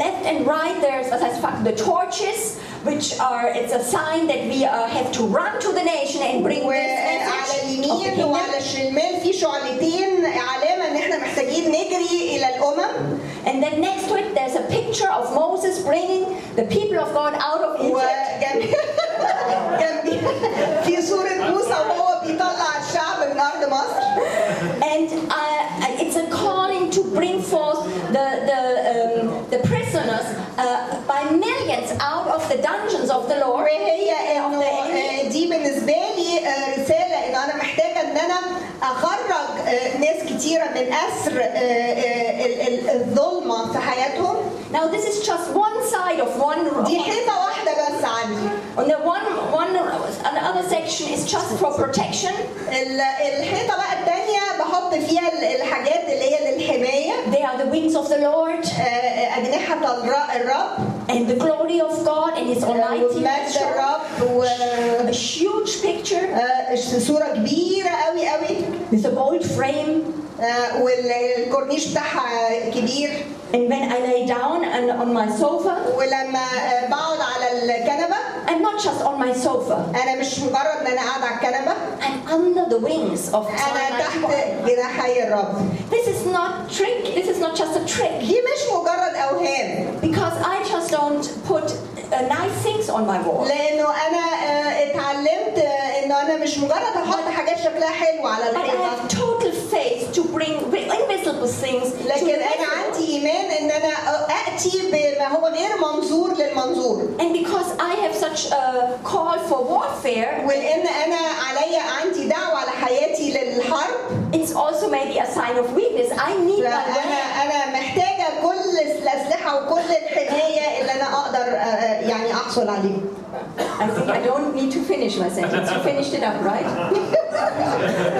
Left and right, there's as I spoke, the torches, which are it's a sign that we uh, have to run to the nation and bring this message
وعلى
of the
اليمين وعلى
kingdom.
الشمال في شعلتين علامة ان احنا محتاجين نجري الى الامم
And then next to it, there's a picture of Moses bringing the people of God out of Egypt.
وجنبي جنبي في صورة موسى وهو بيطلع الشعب من أرض مصر
And uh, it's a calling to bring forth the the um, the prisoners uh, by millions out of the dungeons of the Lord.
وهي
of
إنه
the enemy.
آه، دي بالنسبة لي آه، رسالة إن أنا محتاجة إن أنا أخرج آه، ناس كتيرة من أسر آه، آه، ال- ال- الظلمة في حياتهم
Now this is just one side of one
دي
room.
حيطة واحدة بس عني
On the one one another section is just for protection.
ال- الحيطة بقى التانية بحط فيها ال- الحاجات اللي هي للحماية
They are the wings of the Lord
آه، أجنحة الر- الرب
and the glory of God and His Almighty
ومجد
nature.
الرب و
A huge picture
آه، صورة كبيرة قوي قوي
with a bold frame.
آه، والكورنيش بتاعها كبير
And when I lay down and on my sofa,
ولما آه، بقعد على الكنبة
I'm not just on my sofa.
أنا مش مجرد إن أنا قاعدة على الكنبة
I'm under the wings of
أنا تحت
God.
جناحي الرب
This is not trick. This is not just a trick.
دي مش مجرد اوهام
Because I just don't put uh, nice things on my wall.
لانه انا آه، اتعلمت آه، انه انا مش مجرد هحط حاجات شكلها حلو على
But I have
الحيطه
total faith to bring invisible things. to
لكن انا
visible.
عندي ايمان ان انا اتي آه، بما هو غير منظور للمنظور
And because I have such a call for warfare,
ولان انا عليا عندي دعوه على حياتي للحرب
it's also maybe a sign of weakness. I need my
فانا
weapon.
انا محتاجه كل الاسلحه وكل الحمايه اللي انا اقدر آه، آه، يعني احصل عليه
I think I don't need to finish my sentence. You finished it up, right?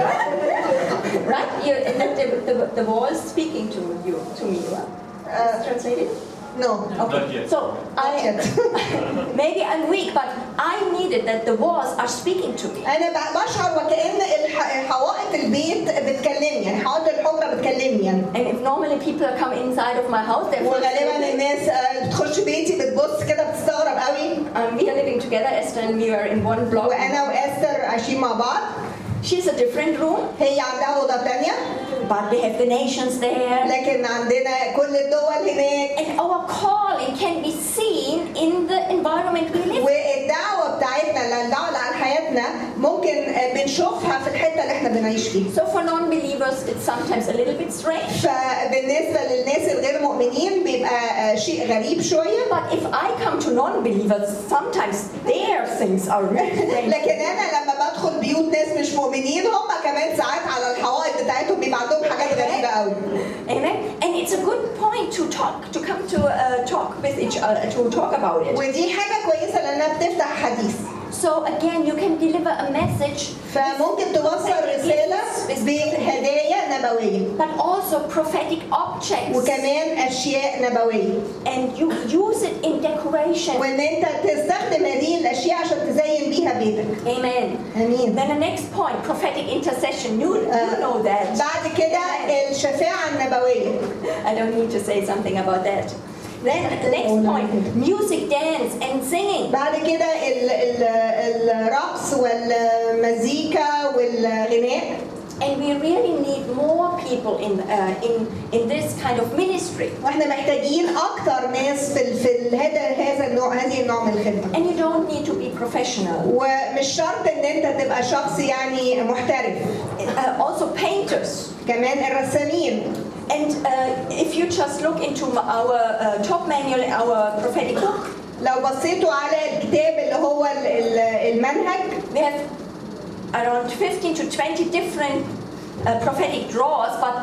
<laughs> right? You, and that the, the, the wall is speaking to you, to me. Right?
Uh,
translated?
نو
Not yet.
So I
Not
maybe I'm weak, but I needed that the walls are speaking to me.
انا ب- بشعر وكان الح- حوائط البيت بتكلمني يعني حوائط الحجره بتكلمني يعني
And if normally people come inside of my house, they're
وغالبا الناس آه، بتخش بيتي بتبص كده بتستغرب قوي
Um, we are living together, Esther and we are in one block.
وانا واستر عايشين مع بعض
She's a different room,
هي عندها اوضه تانية
but we have the nations there.
لكن عندنا كل الدول هناك
And our calling can be seen in the environment we live in.
والدعوه بتاعتنا اللي الدعوه على حياتنا ممكن آه، بنشوفها في الحته اللي احنا بنعيش فيها
So for non-believers, it's sometimes a little bit strange.
فبالنسبه للناس الغير مؤمنين بيبقى آه، شيء غريب شويه
But if I come to non-believers, sometimes their things are really <laughs> strange.
لكن انا لما بدخل بيوت ناس مش مؤمنين هم كمان ساعات على الحوائط بتاعتهم بيبقى عندهم حاجات غريبه قوي
Amen. And it's a good point to talk, to come to uh, talk with each other, to talk about it.
ودي حاجه كويسه لانها بتفتح حديث
So again, you can deliver a message,
فممكن توصل رساله بهدايا نبويه
but also prophetic objects,
وكمان اشياء نبويه
and you use it in decoration.
وان انت تستخدم هذه الاشياء عشان تزين بيها بيتك
Amen.
امين
Then the next point, prophetic intercession. You, you
Uh,
know that.
بعد كده الشفاعه النبويه
I don't need to say something about that. Then
Oh,
next
no.
point, music, dance, and singing.
بعد كده ال- ال- الرقص والمزيكا والغناء
And we really need more people in uh, in in this kind of ministry.
واحنا محتاجين اكتر ناس في ال- في ال- هذا هذا النوع هذه النوع من الخدمه
And you don't need to be professional.
ومش شرط ان انت تبقى شخص يعني محترف
Uh, also painters.
كمان الرسامين
And uh, if you just look into m- our uh, top manual, our prophetic book,
لو بصيتوا على الكتاب اللي هو ال- ال- المنهج
we have around 15 to 20 different uh, prophetic draws, but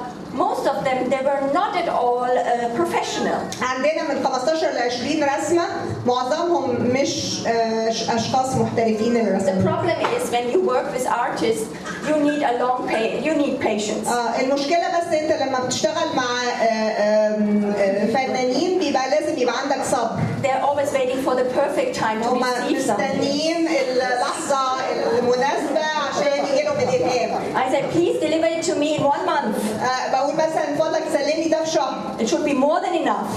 most of them they were not at all uh, professional.
عندنا من 15 ل 20 رسمه معظمهم مش آه، ش- اشخاص محترفين
The
الرسم
problem is when you work with artists, you need a long pa- you need patience.
آه، المشكله بس انت لما بتشتغل مع آه، آم، آه، فنانين بيبقى لازم يبقى عندك صبر
They're always waiting for the perfect time to
هما
receive something.
مستنيين اللحظة المناسبة عشان يجيلهم الإلهام
I said, please deliver it to me in one month.
آه، بقول مثلا فضلك سلمي ده في شهر
It should be more than enough.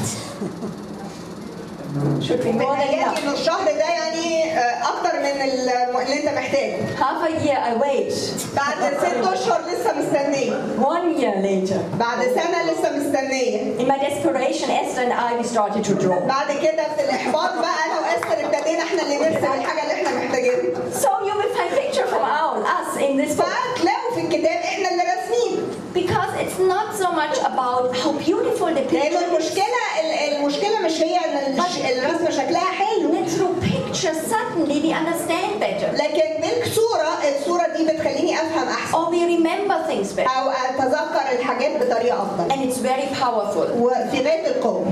Should be more than
بيتهيألي
enough.
إنه الشهر ده يعني آه، أكتر من الم- اللي أنت محتاجه
Half a year I wait.
بعد ست أشهر لسه مستنية
One year later.
بعد سنة لسه مستنية
In my desperation, Esther and I we started to draw.
بعد كده في الإحباط بقى أنا وأستر ابتدينا إحنا اللي نرسم الحاجة اللي إحنا محتاجينها
So you will find picture from our, us in this book.
فهتلاقوا في الكتاب إحنا اللي راسمين
Because it's not so much about how beautiful the
لأن
picture is.
المشكلة ال- المشكلة مش هي إن الش- الرسمة شكلها حلو
Then through pictures, suddenly we understand better.
لكن بالصورة الصورة دي بتخليني تخليني افهم احسن
or we remember things better.
او اتذكر الحاجات بطريقه افضل
And it's very powerful.
وفي غايه القوه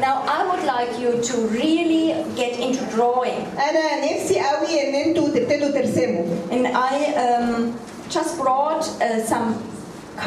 Now, I would like you to really get into drawing.
انا نفسي قوي ان انتوا تبتدوا ترسموا
And I um, just brought uh, some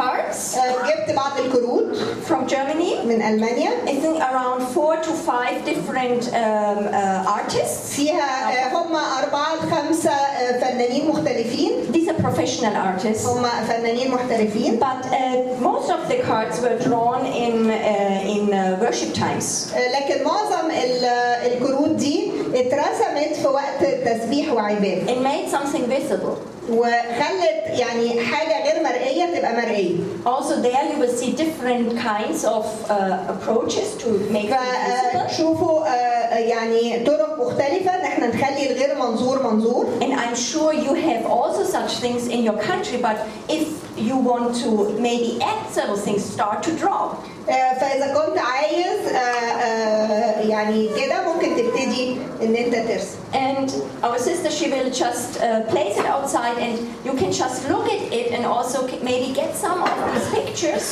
cards
آه، جبت بعض الكروت
from Germany.
من المانيا
I think around four to five different um, uh, artists.
فيها آه، هم أربعة لخمسة آه، فنانين مختلفين
These are professional artists.
هم فنانين محترفين
But uh, most of the cards were drawn in, uh, in uh, worship times.
آه، لكن معظم ال- آه، الكروت دي اترسمت في وقت تسبيح وعبادة
It made something visible.
وخلت يعني حاجة غير مرئية تبقى مرئية
Also, there you will see different kinds of uh, approaches to make things
uh, آه،
visible.
فتشوفوا يعني طرق مختلفة ان احنا نخلي الغير منظور منظور
And I'm sure you have also such things in your country, but if you want to maybe add several things, start to draw.
آه، فإذا كنت عايز آه، آه، يعني كده ممكن تبتدي ان انت ترسم
And our sister, she will just uh, place it outside, and you can just look at it and also ca- maybe get some of these pictures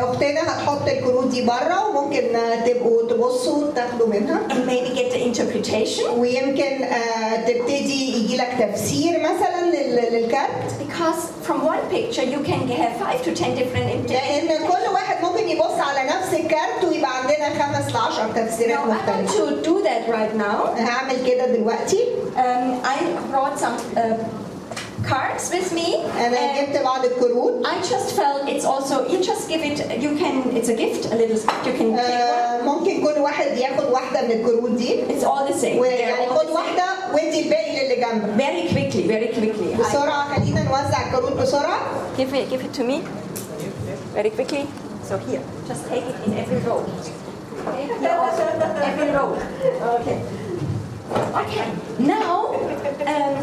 فاختنا هتحط الكروت دي بره وممكن آه، تبقوا تبصوا وتاخدوا منها
and maybe get the interpretation.
ويمكن آه، تبتدي يجي لك تفسير مثلا لل- للكارت
Because from one picture, you can have five to ten different
لان
interpretations.
كل واحد ممكن يبص على نفس الكارت ويبقى عندنا خمس ل 10 تفسيرات
Now, I want
مختلفه
to do that right now.
هعمل كده دلوقتي
Um, I brought some uh, cards with me.
انا
and
جبت بعض الكروت
I just felt it's also you just give it. You can. It's a gift. A little. You can. take one.
آه، ممكن كل واحد ياخد واحده من الكروت دي
It's all the same. They're
ويعني
all the
خد
same.
واحده وادي الباقي للي جنبك
Very quickly. Very quickly. I-
بسرعه خلينا نوزع الكروت بسرعه
give it. Give it to me. Very quickly. So here, just take it in every row. Okay. Here also, every row. Okay. Okay. Now, um,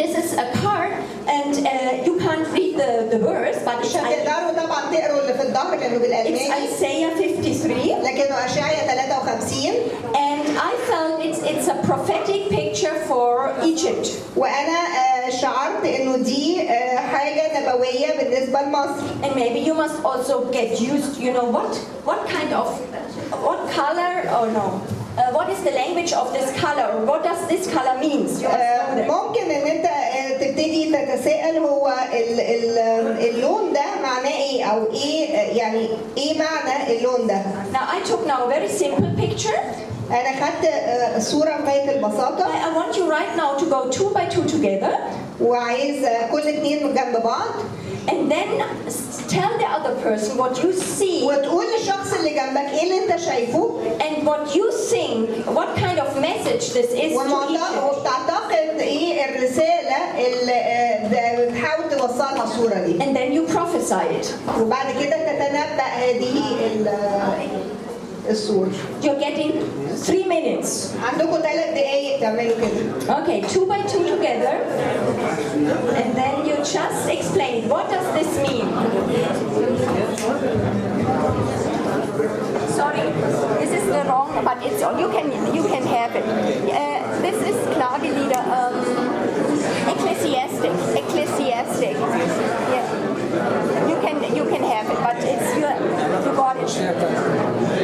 this is a card, and uh, you can't read the, the words, but
مش
it's, I-
هتقدروا طبعا تقروا اللي في الظهر لانه
it's
بالالماني
Isaiah 53.
لكنه اشعيا 53
And I felt it's, it's a prophetic picture for Egypt.
وانا آه، شعرت انه دي آه، حاجه نبويه بالنسبه لمصر
And maybe you must also get used, you know, what, what kind of, what color, or no, uh, what is the language of this color, or what does this color means? You must
آه،
know that.
ممكن ان انت آه، تبتدي تتساءل هو ال- ال- اللون ده معناه ايه او ايه آه، يعني ايه معنى اللون ده
Now, I took now a very simple picture.
انا خدت آه، صوره في غايه البساطه
I, I want you right now to go two by two together,
وعايز آه، كل اتنين جنب بعض
and then s- tell the other person what you see
وتقول للشخص اللي جنبك ايه اللي انت شايفه
and what you think, what kind of message this is to
ومعت-
Egypt.
وبتعتقد ايه الرساله اللي آه، بتحاول توصلها الصوره دي
And then you prophesy it.
وبعد كده تتنبأ هذه ال- الصورة
You're getting three minutes.
عندكم ثلاث دقايق تعملوا كده
Okay, two by two together. And then you just explain what does this mean? Sorry, this is the wrong, but it's on. You can you can have it. Uh, this is Klagelieder, um, ecclesiastic, ecclesiastic. Yeah, you can you can have it, but it's your you got it.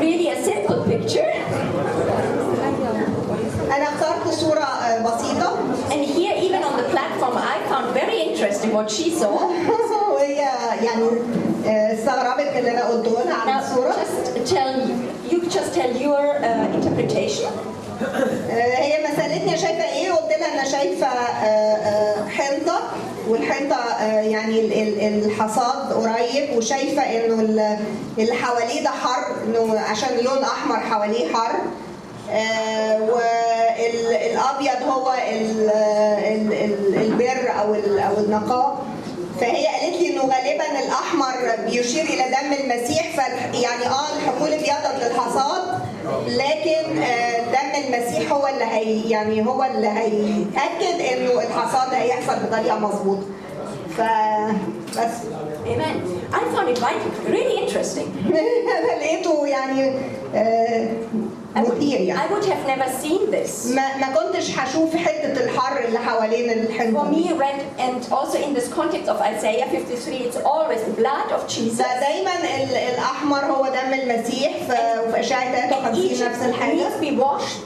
آه،
obviously what she saw.
<laughs> وهي يعني آه، استغربت اللي انا قلته لها عن
Now,
الصوره
just tell you just tell your uh, interpretation.
آه، هي ما سالتني شايفه ايه قلت لها انا شايفه آه، آه، حنطه والحنطه آه، يعني ال- ال- الحصاد قريب وشايفه انه ال- اللي حواليه ده حر انه عشان لون احمر حواليه حر والابيض هو ال- آه، ال- ال- البر او ال- او النقاء فهي قالت لي انه غالبا الاحمر بيشير الى دم المسيح ف يعني اه الحقول ابيضت للحصاد لكن آه، دم المسيح هو اللي هي يعني هو اللي هيأكد انه الحصاد هيحصل بطريقه مظبوطه. ف بس <laughs>
Amen. I found it quite really interesting.
انا لقيته يعني آه، مثير يعني
I would have never seen this.
ما ما كنتش هشوف حته الحر اللي حوالين
For
الحنطه
me, red, and also in this context of Isaiah 53, it's always the blood of Jesus.
ده دايما ال- الاحمر هو دم المسيح ف- وفي اشعه
And
53
Egypt
نفس الحاجه
needs to be washed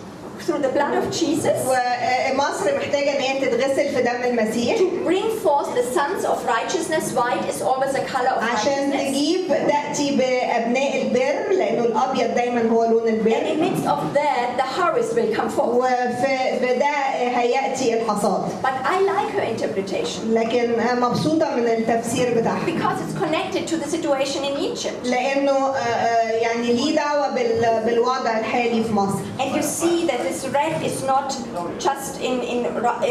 through the blood of Jesus
ومصر محتاجه ان هي تتغسل في دم المسيح
to bring forth the sons of righteousness. White is always the color of
عشان
righteousness.
تجيب تاتي بابناء البر لانه الابيض دايما هو لون
And in
البر
midst of that, the harvest will come forth.
وفي بده هياتي الحصاد
But I like her interpretation
لكن مبسوطه من التفسير بتاعها
because it's connected to the situation in Egypt.
لانه آه، آه، يعني ليه دعوه بال- بالوضع الحالي في مصر
And you see that this red is not just in, in,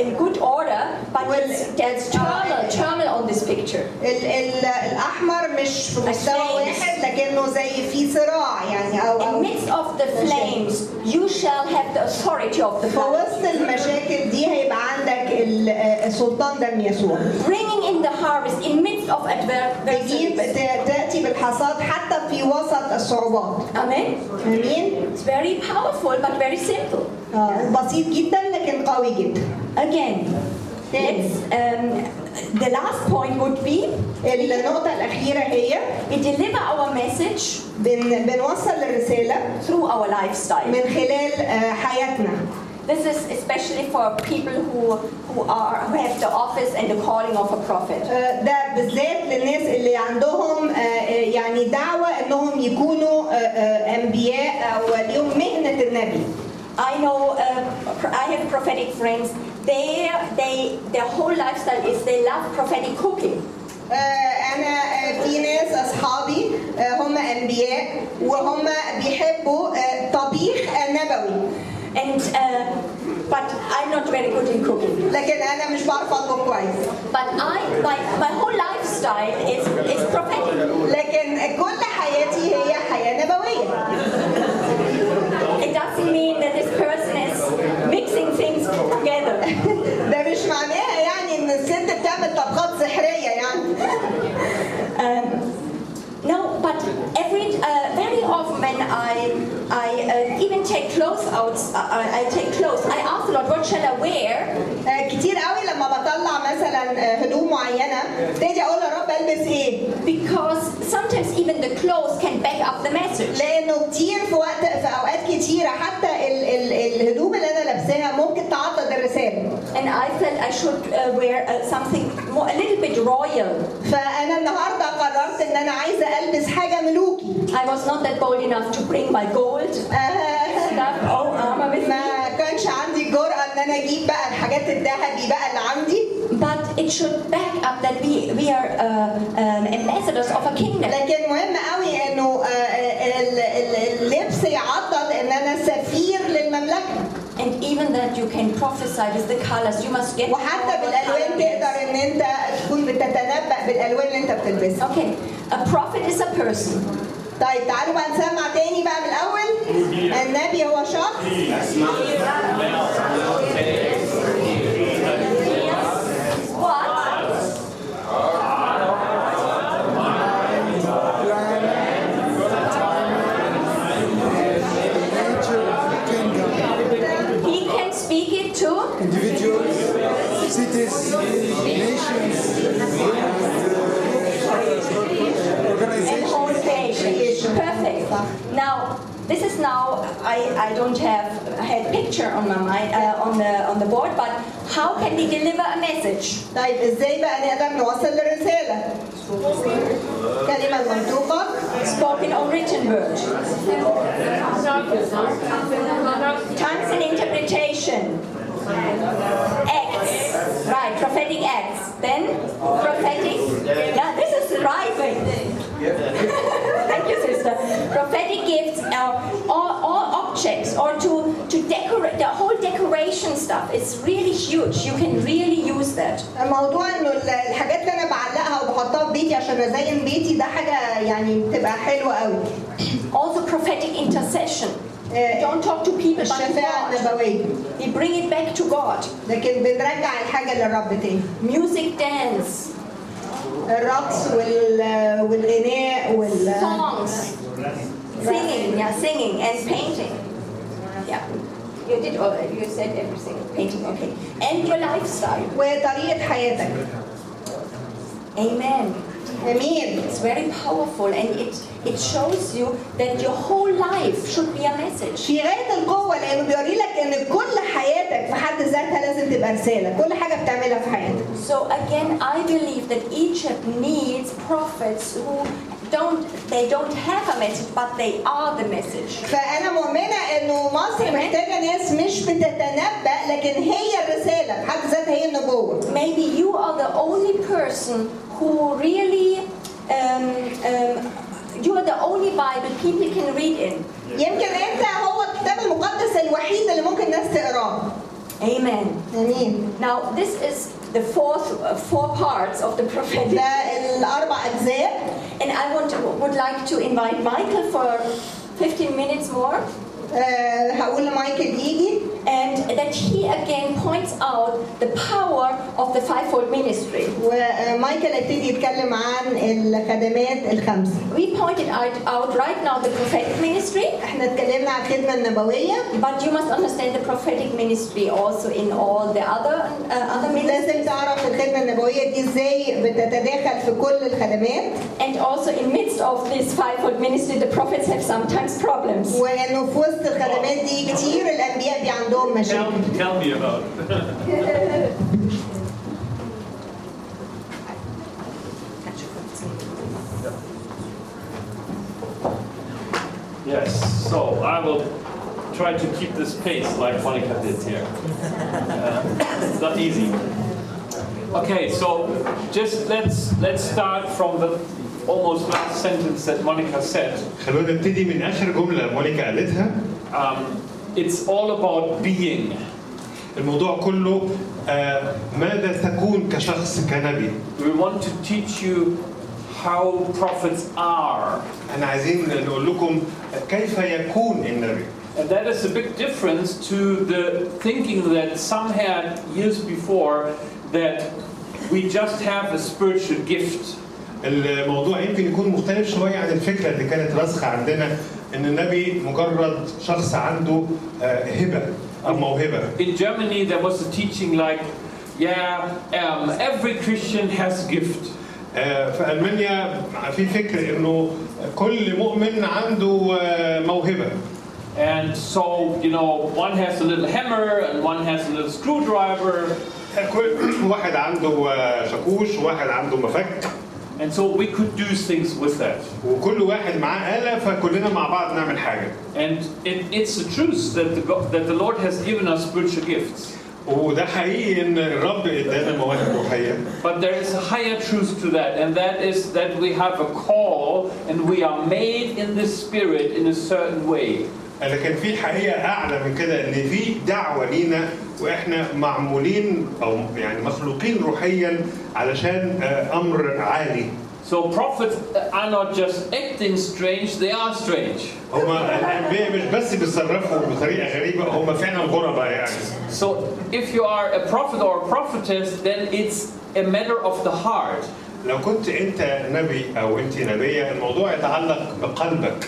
in good order, but it's, there's turmoil, turmoil on this picture.
ال- ال- الاحمر مش في مستوى
الفلايز.
واحد لكنه زي في صراع يعني او
In
او
midst of the flames, you shall have the authority of the
في
blood.
وسط المشاكل دي هيبقى عندك ال- آه، السلطان دم يسوع
Bringing in the harvest in midst of
تجيب
adversity.
ت- تأتي بالحصاد حتى في وسط الصعوبات
Amen.
امين
It's very powerful, but very simple.
آه، بسيط جدا لكن قوي جدا
Again, let's, um, the last point would be
النقطة الأخيرة هي
we deliver our message
بن بنوصل الرسالة
through our lifestyle.
من خلال آه، حياتنا
This is especially for people who, who are who have the office and the calling of a prophet.
آه، ده بالذات للناس اللي عندهم آه، آه، يعني دعوة إنهم يكونوا آه، آه، أنبياء أو ليهم مهنة النبي
I know uh, I have prophetic friends. They they their whole lifestyle is they love prophetic cooking.
آه، أنا آه، في ناس أصحابي آه، هم أنبياء وهم بيحبوا آه، طبيخ نبوي
And uh, but I'm not very good in cooking.
لكن أنا مش بعرف أطبخ كويس
But I my, my whole lifestyle is is prophetic.
لكن كل حياتي هي حياة نبوية
It doesn't mean that this person is mixing things together. <laughs>
ده مش معناها يعني ان الست بتعمل طبخات سحرية يعني
Um, no, but every uh, very often when I I uh, even take clothes out, uh, I, I take clothes. I ask the Lord, what shall I wear?
آه، كتير قوي لما بطلع مثلا آه، هدوم معينة ابتدي اقول يا رب البس ايه
Because sometimes even the clothes can back up the message.
لانه كتير في وقت في اوقات كتيرة حتى ال ال الهدوم اللي انا لابساها ممكن تعطل الرسالة
And I felt I should uh, wear uh, something more, a little bit royal.
فانا النهاردة قررت ان انا عايزة البس حاجة ملوكي <laughs>
I was not that bold enough to bring my gold
آه،
stuff Oh, or armor with me.
ما كانش عندي الجرأة ان انا اجيب بقى الحاجات الذهبي بقى اللي عندي
But it should back up that we we are uh, um, ambassadors of a kingdom.
لكن مهم قوي انه آه، آه، ال- ال- اللبس يعضد ان انا سفير للمملكه
And even that you can prophesy with the colors, you must get.
وحتى بالالوان تقدر ان انت تكون بتتنبأ بالالوان اللي انت بتلبسها
Okay, a prophet is a person.
طيب تعالوا بقى نسمع تاني بقى من الاول النبي هو شخص
Yes. What?
nature of the kingdom,
He can speak it to
individuals, cities, nations, and uh,
and
organizations.
whole creation. Perfect. Now, this is now I, I don't have I had picture on my mind uh, on the on the board, but how can we deliver a message?
طيب ازاي بقى نقدر نوصل الرساله؟ كلمه منطوقه
Spoken or written word. Tongues and interpretation. Acts. Right, prophetic acts. Then prophetic. Yeah, this is the right way. <laughs> Thank you, sister. Prophetic gifts uh, or, or objects or to, to decorate the whole decoration stuff. It's really huge. You can really use that.
موضوع انه ال- الحاجات اللي انا بعلقها وبحطها في بيتي عشان ازين بيتي ده حاجه يعني بتبقى حلوه قوي
Also prophetic intercession. Don't talk to people, but to
الشفاعه
God.
النبويه
We bring it back to God.
لكن بنرجع الحاجه للرب تاني
Music, dance,
الرقص وال... والغناء وال...
songs, singing, yeah, singing and painting. Yeah, you did all. You said everything. Painting, okay, and your lifestyle.
وطريقه حياتك
Amen.
امين
It's very powerful, and it it shows you that your whole life should be a message.
في غايه القوه لانه بيوري لك ان كل حياتك في حد ذاتها لازم تبقى رساله كل حاجه بتعملها في حياتك
So again, I believe that Egypt needs prophets who don't they don't have a message, but they are the message.
فانا مؤمنه انه مصر محتاجه ناس مش بتتنبأ لكن هي الرساله في حد ذاتها هي النبوه
maybe you are the only person who really um, um, you are the only bible people can read in
يمكن انت هو الكتاب المقدس الوحيد اللي ممكن الناس تقراه
amen
امين
now this is the fourth uh, four parts of the prophetic
ده الاربع اجزاء
and i want to, would like to invite michael for 15 minutes more
أه هقول لمايكل يجي
and that he again points out the power of the fivefold ministry
ومايكل هيبتدي يتكلم عن الخدمات الخمس
we pointed out, out right now the prophetic ministry
احنا اتكلمنا عن الخدمه النبويه
But you must understand the prophetic ministry also in all the other uh, other ministries
لازم تعرف الخدمه النبويه دي ازاي بتتداخل في كل الخدمات
and also in midst of this fivefold ministry the prophets have sometimes problems.
وانه في وسط الخدمات دي كتير الانبياء بي عندهم
Tell,
مشاكل
tell me about it. <laughs> Yes, so I will try to keep this pace like Monica did here. Uh, it's not easy. Okay, so just let's let's start from the almost last sentence that Monica said.
خلونا نبتدي من اخر جمله مونيكا قالتها
Um, it's all about being.
الموضوع كله آه، ماذا تكون كشخص كنبي
We want to teach you how prophets are.
احنا عايزين نقول لكم كيف يكون النبي
And that is a big difference to the thinking that some had years before that we just have a spiritual gift.
الموضوع يمكن يكون مختلف شويه عن الفكره اللي كانت راسخه عندنا ان النبي مجرد شخص عنده آه، هبه او موهبه
In Germany, there was a teaching like, yeah, um, every Christian has gift.
آه، في المانيا في فكر انه كل مؤمن عنده آه، موهبه
And so, you know, one has a little hammer and one has a little screwdriver.
كل واحد عنده آه، شاكوش واحد عنده مفك
And so we could do things with that.
وكل واحد معاه آلة فكلنا مع بعض نعمل حاجة
And it, it's the truth that the, God, that the Lord has given us spiritual gifts.
وده حقيقي ان الرب ادانا مواهب روحية
But there is a higher truth to that, and that is that we have a call and we are made in the Spirit in a certain way.
لكن في حقيقة أعلى من كده إن في دعوة لينا وإحنا معمولين أو يعني مخلوقين روحيا علشان آه، أمر عالي
So prophets are not just acting strange, they are strange.
هما الأنبياء مش بس بيتصرفوا بطريقة غريبة هما فعلا غرباء يعني
So if you are a prophet or a prophetess, then it's a matter of the heart.
لو كنت أنت نبي أو أنت نبية الموضوع يتعلق بقلبك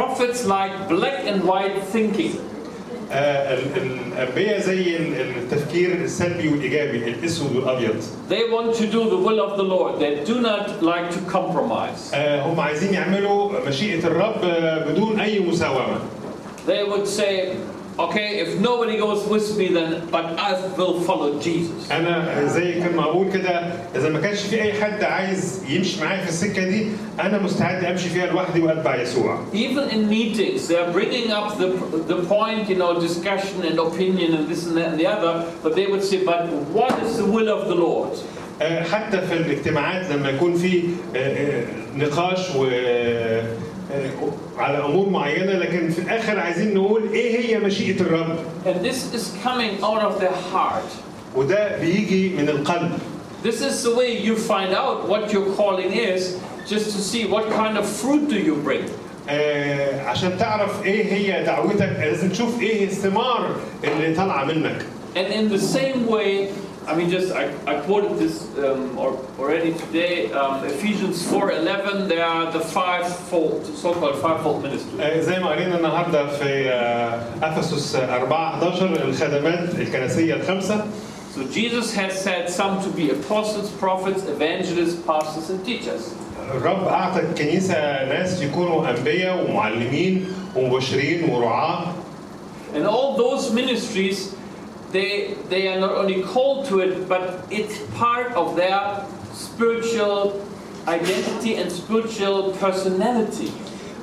Prophets like black and white thinking.
آه، ال- الأنبياء زي ال- التفكير السلبي والإيجابي الأسود والأبيض
They want to do the will of the Lord. They do not like to compromise.
آه، هم عايزين يعملوا مشيئة الرب آه، بدون أي مساومة
they would say, okay, if nobody goes with me, then, but I will follow Jesus.
انا زي كان ما بقول كده اذا ما كانش في اي حد عايز يمشي معايا في السكه دي انا مستعد امشي فيها لوحدي واتبع يسوع
Even in meetings, they are bringing up the, the point, you know, discussion and opinion and this and that and the other, but they would say, but what is the will of the Lord?
آه، حتى في الاجتماعات لما يكون في آه، آه، نقاش و آه، آه، على امور معينه لكن في الاخر عايزين نقول ايه هي مشيئه الرب
And this is coming out of their heart.
وده بيجي من القلب
This is the way you find out what your calling is, just to see what kind of fruit do you bring.
آه، عشان تعرف ايه هي دعوتك لازم تشوف ايه الثمار اللي طالعه منك
And in the same way, I mean, just I, I quoted this um, or, already today. Um, Ephesians 4:11. They are the five-fold, so-called five-fold ministry.
آه، زي ما قرينا النهارده في آه، افسس 4 11 الخدمات الكنسيه الخمسه
So Jesus has said some to be apostles, prophets, evangelists, pastors, and teachers.
الرب اعطى الكنيسه ناس يكونوا انبياء ومعلمين ومبشرين ورعاه
And all those ministries, they they are not only called to it, but it's part of their spiritual identity and spiritual personality.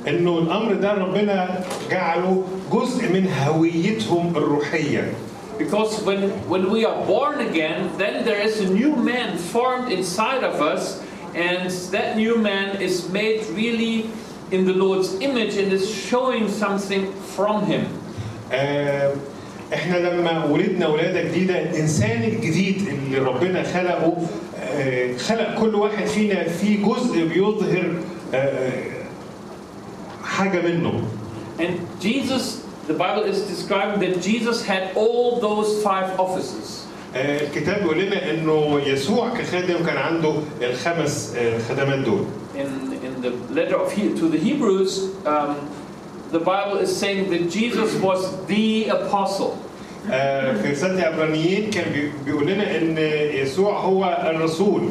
انه الامر ده ربنا جعله جزء من هويتهم الروحيه
Because when, when we are born again, then there is a new man formed inside of us, and that new man is made really in the Lord's image and is showing something from him.
آه، احنا لما ولدنا ولاده جديده الانسان الجديد اللي ربنا خلقه آه، خلق كل واحد فينا في جزء بيظهر آه، حاجه منه
And Jesus, the Bible is describing that Jesus had all those five offices.
آه، الكتاب بيقول لنا انه يسوع كخادم كان عنده الخمس آه، خدمات دول
In, in the letter of he, to the Hebrews, um, the Bible is saying that Jesus was the apostle.
آه، في رساله العبرانيين كان بي- بيقول لنا ان يسوع هو الرسول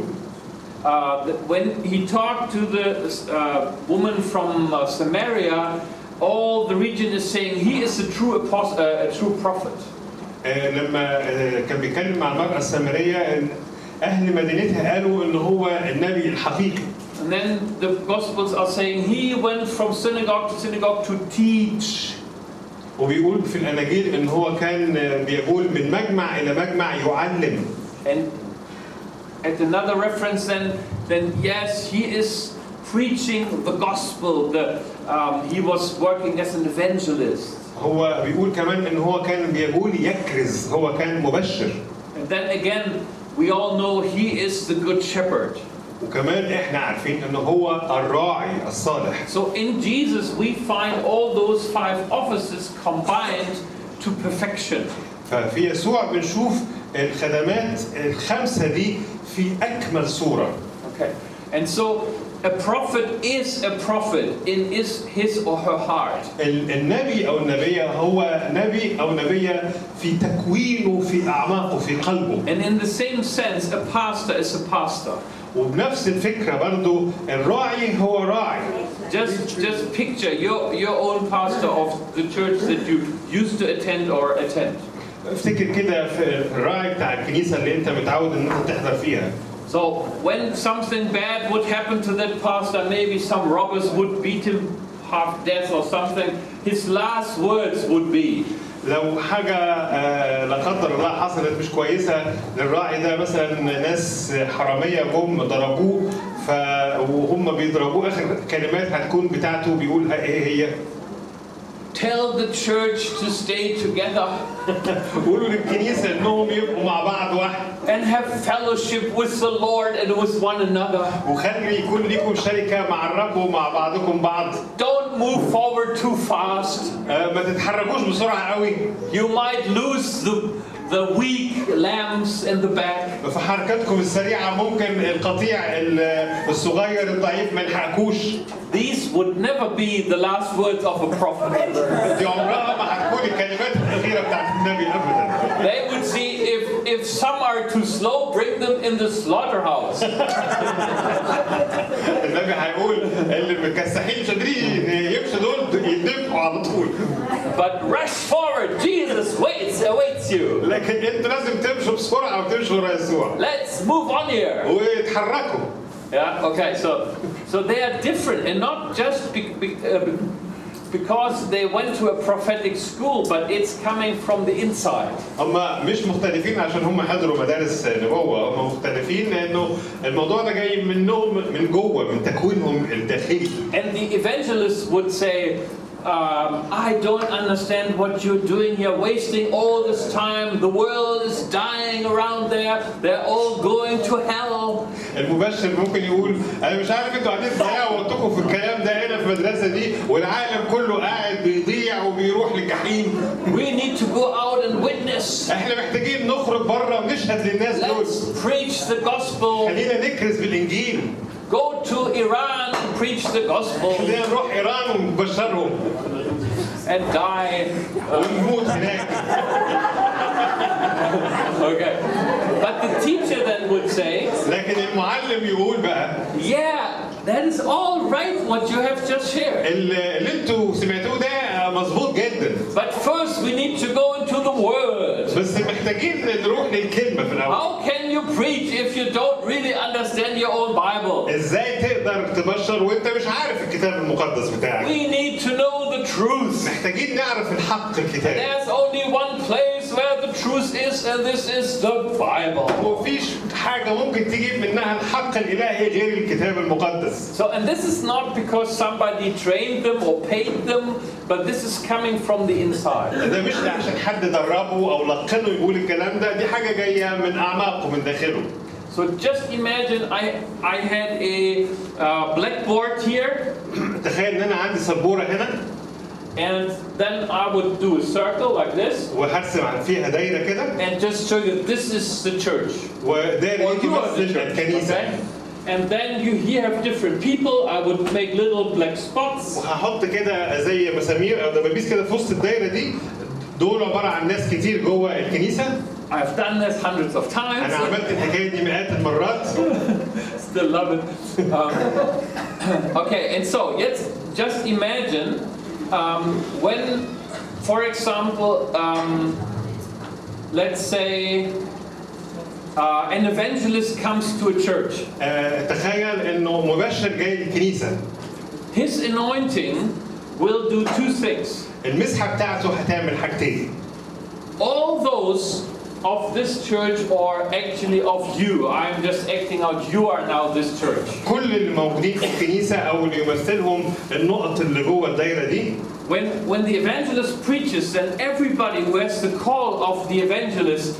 uh, that when he talked to the uh, woman from uh, Samaria, all the region is saying he is a true apostle, uh, a true prophet.
آه، لما آه، كان بيتكلم مع المرأة السامرية إن أهل مدينتها قالوا إن هو النبي الحقيقي
And then the Gospels are saying he went from synagogue to synagogue to teach.
وبيقول في الأناجيل إن هو كان آه، بيقول من مجمع إلى مجمع يعلم
And at another reference, then, then yes, he is preaching the gospel. The, um, he was working as an evangelist.
هو بيقول كمان إن هو كان بيقول يكرز هو كان مبشر
And then again, we all know he is the good shepherd.
وكمان إحنا عارفين إن هو الراعي الصالح
So in Jesus, we find all those five offices combined to perfection.
ففي يسوع بنشوف الخدمات الخمسة دي في أكمل صورة
Okay. And so a prophet is a prophet in is his or her heart.
ال- النبي او النبيه هو نبي او نبيه في تكوينه في اعماقه في قلبه
And in the same sense, a pastor is a pastor.
وبنفس الفكره برضو الراعي هو راعي
Just just picture your your own pastor of the church that you used to attend or attend.
افتكر كده في الراعي بتاع الكنيسه اللي انت متعود ان انت تحضر فيها
So when something bad would happen to that pastor, maybe some robbers would beat him half death or something, his last words would be,
لو حاجة آه، لا قدر الله حصلت مش كويسة للراعي ده مثلا ناس حرامية جم ضربوه ف وهم بيضربوه آخر كلمات هتكون بتاعته بيقول إيه هي؟
Tell the church to stay together
قولوا للكنيسة إنهم يبقوا مع بعض واحد
and have fellowship with the Lord and with one another.
وخلي يكون ليكم شركة مع الرب ومع بعضكم بعض
Don't move forward too fast.
آه، ما تتحركوش بسرعة قوي
You might lose the, the weak lambs in the back.
في حركاتكم السريعة ممكن القطيع ال- الصغير الضعيف ما يلحقكوش
These would never be the last words of a prophet.
دي عمرها ما هتكون الكلمات الأخيرة بتاعت النبي أبدا
They would see if, if some are too slow, bring them in the slaughterhouse.
النبي هيقول اقول اللي مكسحين آه، قادرين يمشوا دول يدفعوا على طول
But rush forward. Jesus waits, awaits you.
لكن انتوا لازم تمشوا بسرعه وتمشوا ورا يسوع
Let's move on here.
ويتحركوا
Yeah. Okay. So, so they are different, and not just be, be, uh, be- because they went to a prophetic school, but it's coming from the inside.
هم مش مختلفين عشان هم حضروا مدارس نبوه هم مختلفين لانه الموضوع ده جاي منهم من جوه من تكوينهم الداخلي
And the evangelists would say, um, I don't understand what you're doing here, wasting all this time. The world is dying around there. They're all going to hell.
المبشر ممكن يقول انا مش عارف انتوا قاعدين تضيعوا وقتكم في الكلام ده هنا في المدرسه دي والعالم كله قاعد بيضيع وبيروح للجحيم
We need to go out and witness.
احنا محتاجين نخرج بره ونشهد للناس دول
Let's preach the gospel.
خلينا نكرز بالانجيل
Go to Iran and preach the gospel
خلينا نروح ايران ونبشرهم
and die.
ونموت هناك
Okay. But the teacher then would say,
لكن المعلم يقول بقى
Yeah, that is all right what you have just shared.
اللي اللي انتوا سمعتوه ده مظبوط جدا
But first we need to go into the word.
بس محتاجين نروح للكلمه في الاول
How can you preach if you don't really understand your own Bible?
ازاي تقدر تبشر وانت مش عارف الكتاب المقدس بتاعك
We need to know the truth.
محتاجين نعرف الحق الكتاب
There's only one place where the truth is, and this is the Bible.
ومفيش حاجة ممكن تجيب منها الحق الإلهي غير الكتاب المقدس
So, and this is not because somebody trained them or paid them, but this is coming from the inside.
ده مش عشان حد دربه أو لقنه يقول الكلام ده دي حاجة جاية من أعماقه من داخله
So just imagine I, I had a uh, blackboard here,
تخيل إن أنا عندي سبورة هنا
and then I would do a circle like this,
وهرسم عن فيها دايرة كده
and just show you this is the church.
ودايرة
Or
دي
you are the
تمثل
church,
الكنيسة
okay? And then you here have different people. I would make little black spots.
وهحط كده زي مسامير أو دبابيس كده في وسط الدايرة دي دول عبارة عن ناس كتير جوه الكنيسة
I've done this hundreds of
أنا
times.
عملت الحكاية دي مئات المرات
Still love it. Um, <coughs> okay, and so yes, just imagine um, when, for example, um, let's say uh, an evangelist comes to a church.
آه، تخيل إنه مبشر جاي الكنيسة
His anointing will do two things.
المسحه بتاعته هتعمل حاجتين
all those of this church are actually of you. I'm just acting out. You are now this church.
كل اللي موجودين في الكنيسه او اللي يمثلهم النقط اللي جوه الدايره دي
When, when the evangelist preaches, then everybody who has the call of the evangelist,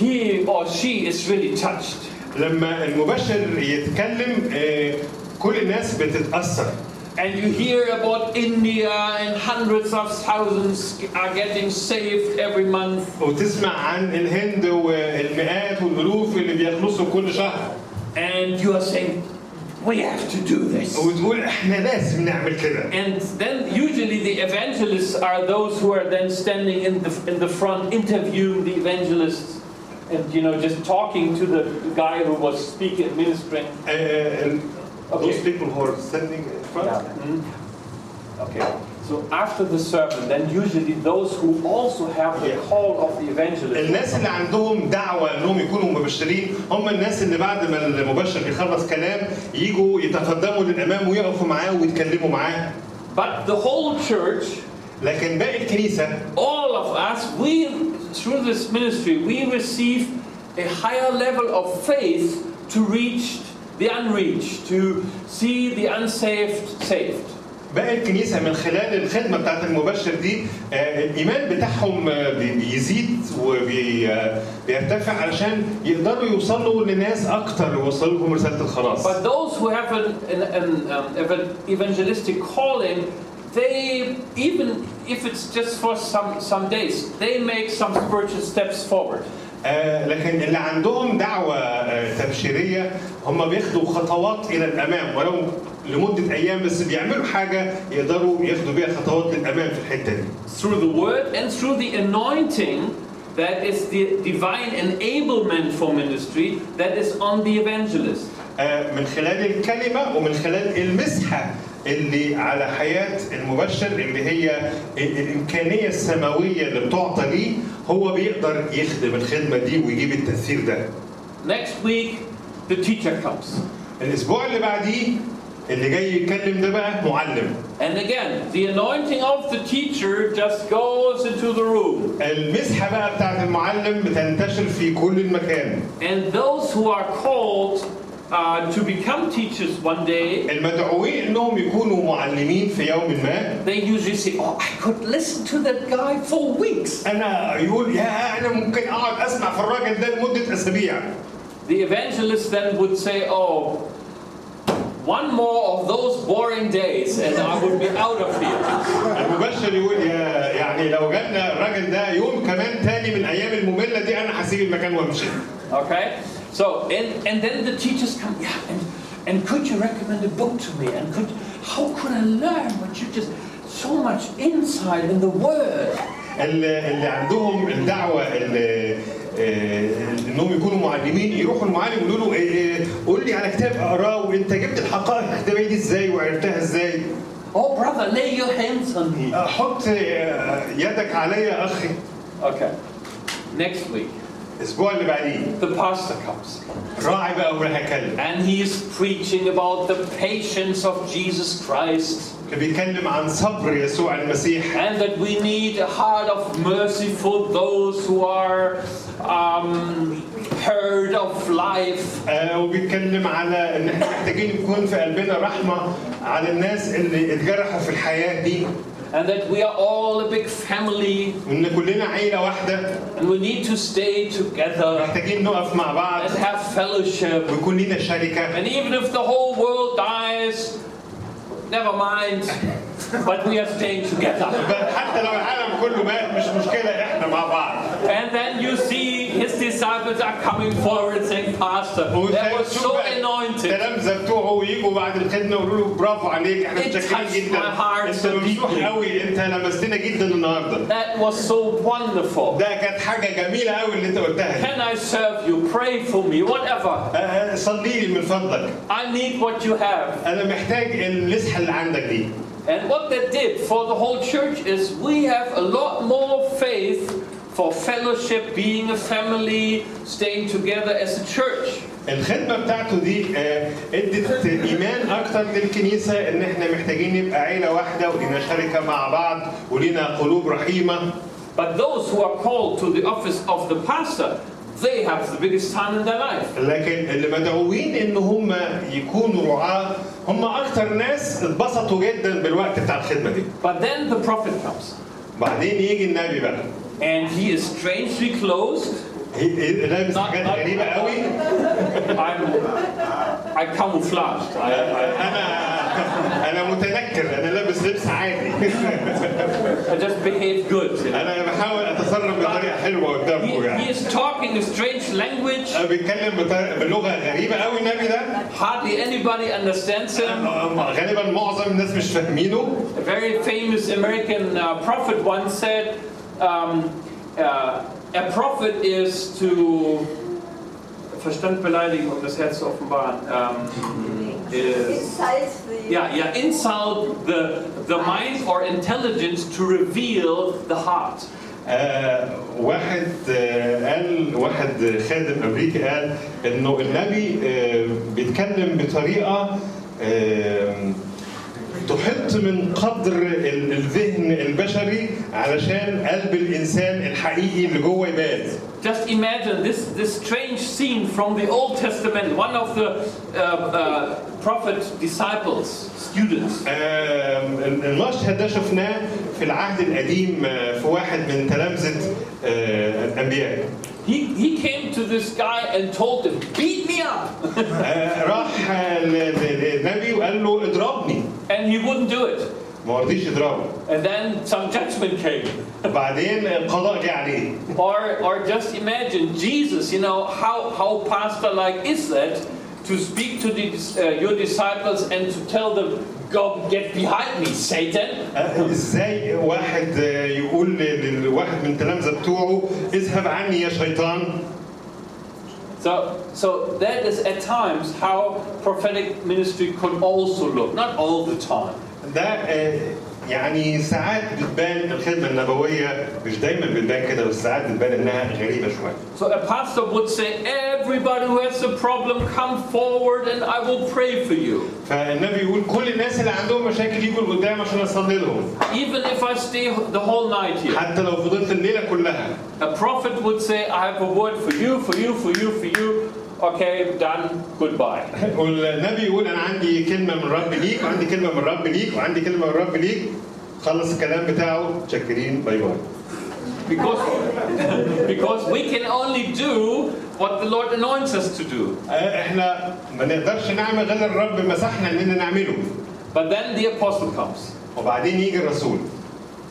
he or she is really touched.
لما المبشر يتكلم آه، كل الناس بتتاثر
And you hear about India and hundreds of thousands are getting saved every month.
وتسمع عن الهند والمئات والالوف اللي بيخلصوا كل شهر
And you are saying, we have to do this.
وتقول احنا لازم نعمل كده
And then usually the evangelists are those who are then standing in the in the front interviewing the evangelists and you know just talking to the guy who was speaking ministering.
آه، ال-
Okay.
those people who are standing in front,
Mm. Okay. So after the sermon, then usually those who also have the
Yeah.
call of the evangelist.
الناس اللي عندهم دعوة انهم يكونوا مبشرين هم الناس اللي بعد ما المبشر يخلص كلام يجوا يتقدموا للامام ويقفوا معاه ويتكلموا معاه
But the whole church,
لكن باقي الكنيسة
all of us, we through this ministry, we receive a higher level of faith to reach the unreached, to see the unsaved saved.
باقي الكنيسة من خلال الخدمة بتاعت المبشر دي آه، الإيمان بتاعهم آه، بي- بيزيد وبيرتفع علشان يقدروا يوصلوا لناس أكتر ويوصلوا لهم رسالة الخلاص
But those who have an, an, an um, evan- evangelistic calling, they even if it's just for some some days, they make some spiritual steps forward.
آه، لكن اللي عندهم دعوة آه، تبشيرية هم بياخدوا خطوات إلى الأمام ولو لمدة أيام بس بيعملوا حاجة يقدروا ياخدوا بيها خطوات للأمام في الحتة دي
through the word and through the anointing that is the divine enablement for ministry that is on the evangelist.
آه، من خلال الكلمة ومن خلال المسحة اللي على حياة المبشر اللي هي ال- الإمكانية السماوية اللي بتعطى ليه هو بيقدر يخدم الخدمة دي ويجيب التأثير ده
Next week, the teacher comes.
الأسبوع اللي بعديه اللي جاي يتكلم ده بقى معلم
And again, the anointing of the teacher just goes into the room.
المسحة بقى بتاعت المعلم بتنتشر في كل المكان
And those who are called uh, to become teachers one day,
المدعوين انهم يكونوا معلمين في يوم ما
they usually say, Oh, I could listen to that guy for weeks.
انا يقول يا انا ممكن اقعد اسمع في الراجل ده لمده اسابيع
The evangelist then would say, Oh, one more of those boring days and I would be out of here.
المبشر يقول يا يعني لو جالنا الراجل ده يوم كمان تاني من ايام الممله دي انا هسيب المكان وامشي
Okay? So, and, and then the teachers come, Yeah, and, and could you recommend a book to me? And could, how could I learn what you just, so much insight in the Word?
اللي اللي عندهم الدعوه اللي آه، انهم يكونوا معلمين يروحوا المعلم يقولوا له إيه، إيه، قول لي على كتاب اقراه وانت جبت الحقائق الكتابيه دي ازاي وعرفتها ازاي؟
Oh, brother, lay your hands on me.
آه، حط آه، يدك عليا اخي
Okay. Next week,
الاسبوع اللي بعديه
the pastor comes
راعي بقى وراح هكلم
and he is preaching about the patience of Jesus Christ
كان بيتكلم عن صبر يسوع المسيح
and that we need a heart of mercy for those who are um, heard of life.
آه، وبيتكلم على ان احنا محتاجين يكون في قلبنا رحمه على الناس اللي اتجرحوا في الحياه دي
And that we are all a big family
وان كلنا عيله واحده
and we need to stay together
محتاجين نقف مع بعض
and have fellowship.
ويكون لينا شركه
And even if the whole world dies, never mind, but we are staying together.
بل حتى لو العالم كله مات مش مشكله احنا مع بعض
And then you see his disciples are coming forward saying, Pastor, that was
وتشوف
so
بقى
anointed.
التلامذه بتوعه ويجوا بعد الخدمه ويقولوا له برافو عليك احنا
It
متشكرين
touched
جدا
my heart
انت
so
ممسوح
deeply.
قوي انت لمستنا جدا النهارده
That was so wonderful.
ده كانت حاجه جميله قوي اللي انت قلتها دي.
Can I serve you? Pray for me, whatever.
آه، آه، صلي لي من فضلك
I need what you have.
انا محتاج المسحه اللي عندك دي
And what that did for the whole church is we have a lot more faith for fellowship, being a family, staying together as a church.
الخدمه بتاعته دي آه، ادت ايمان اكتر للكنيسه ان احنا محتاجين نبقى عيله واحده ولينا شركه مع بعض ولينا قلوب رحيمه
But those who are called to the office of the pastor, they have the biggest time in their life.
لكن اللي مدعوين ان هم يكونوا رعاه هم اكتر ناس اتبسطوا جدا بالوقت بتاع الخدمه دي
But then the prophet comes.
بعدين يجي النبي بقى
And he is strangely clothed.
هي- هي- لابس حاجات غريبه قوي
I'm, I camouflaged. I,
انا انا متنكر انا لابس لبس عادي <laughs>
I, I just behave good. you know.
انا بحاول اتصرف بطريقه حلوه قدامكم
He, he
يعني
is talking a strange language.
أنا بيتكلم بطريقة- بلغه غريبه قوي النبي ده
Hardly anybody understands him.
غالبا معظم الناس مش فاهمينه
A very famous American uh, prophet once said um, uh, a prophet is to. Verstand beleidigen und das Herz offenbaren. Um, is,
Besides the
Yeah, yeah, insult the, the mind or intelligence to reveal the heart.
آه، واحد آه، قال واحد خادم امريكي قال انه النبي آه، بيتكلم بطريقه آه، تحط من قدر ال- الذهن البشري علشان قلب الانسان الحقيقي اللي جوه يبان
Just imagine this, this strange scene from the Old Testament, one of the uh, uh, prophet's disciples, students.
آم، آه، المشهد ده شفناه في العهد القديم آه، في واحد من تلامذة آه، الأنبياء
He, he came to this guy and told him, Beat me up!
آه، راح آه، ل- ل- للنبي وقال له اضربني
And he wouldn't do it.
ما رضيش يضربه
And then some judgment came.
بعدين يعني. القضاء جه عليه
Or, or just imagine Jesus, you know, how, how pastor like is that to speak to the, uh, your disciples and to tell them, Go get behind me, Satan?
آه، ازاي واحد آه، يقول لواحد من التلامذه بتوعه اذهب عني يا شيطان
So, so that is at times how prophetic ministry could also look, not all the time.
ده آه، يعني ساعات بتبان الخدمه النبويه مش دايما بتبان كده بس ساعات بتبان انها غريبه شويه
So a pastor would say, everybody who has a problem, come forward and I will pray for you.
فالنبي يقول كل الناس اللي عندهم مشاكل يجوا لقدام عشان اصلي لهم
Even if I stay the whole night here.
حتى لو فضلت الليله كلها <laughs>
A prophet would say, I have a word for you, for you, for you, for you. Okay, done, goodbye.
والنبي يقول انا عندي كلمه من رب ليك وعندي كلمه من رب ليك وعندي كلمه من رب ليك خلص الكلام بتاعه شاكرين باي باي
Because, <laughs> because we can only do what the Lord anoints us to do.
آه، احنا ما نقدرش نعمل غير الرب مسحنا اننا نعمله
But then the apostle comes.
وبعدين يجي الرسول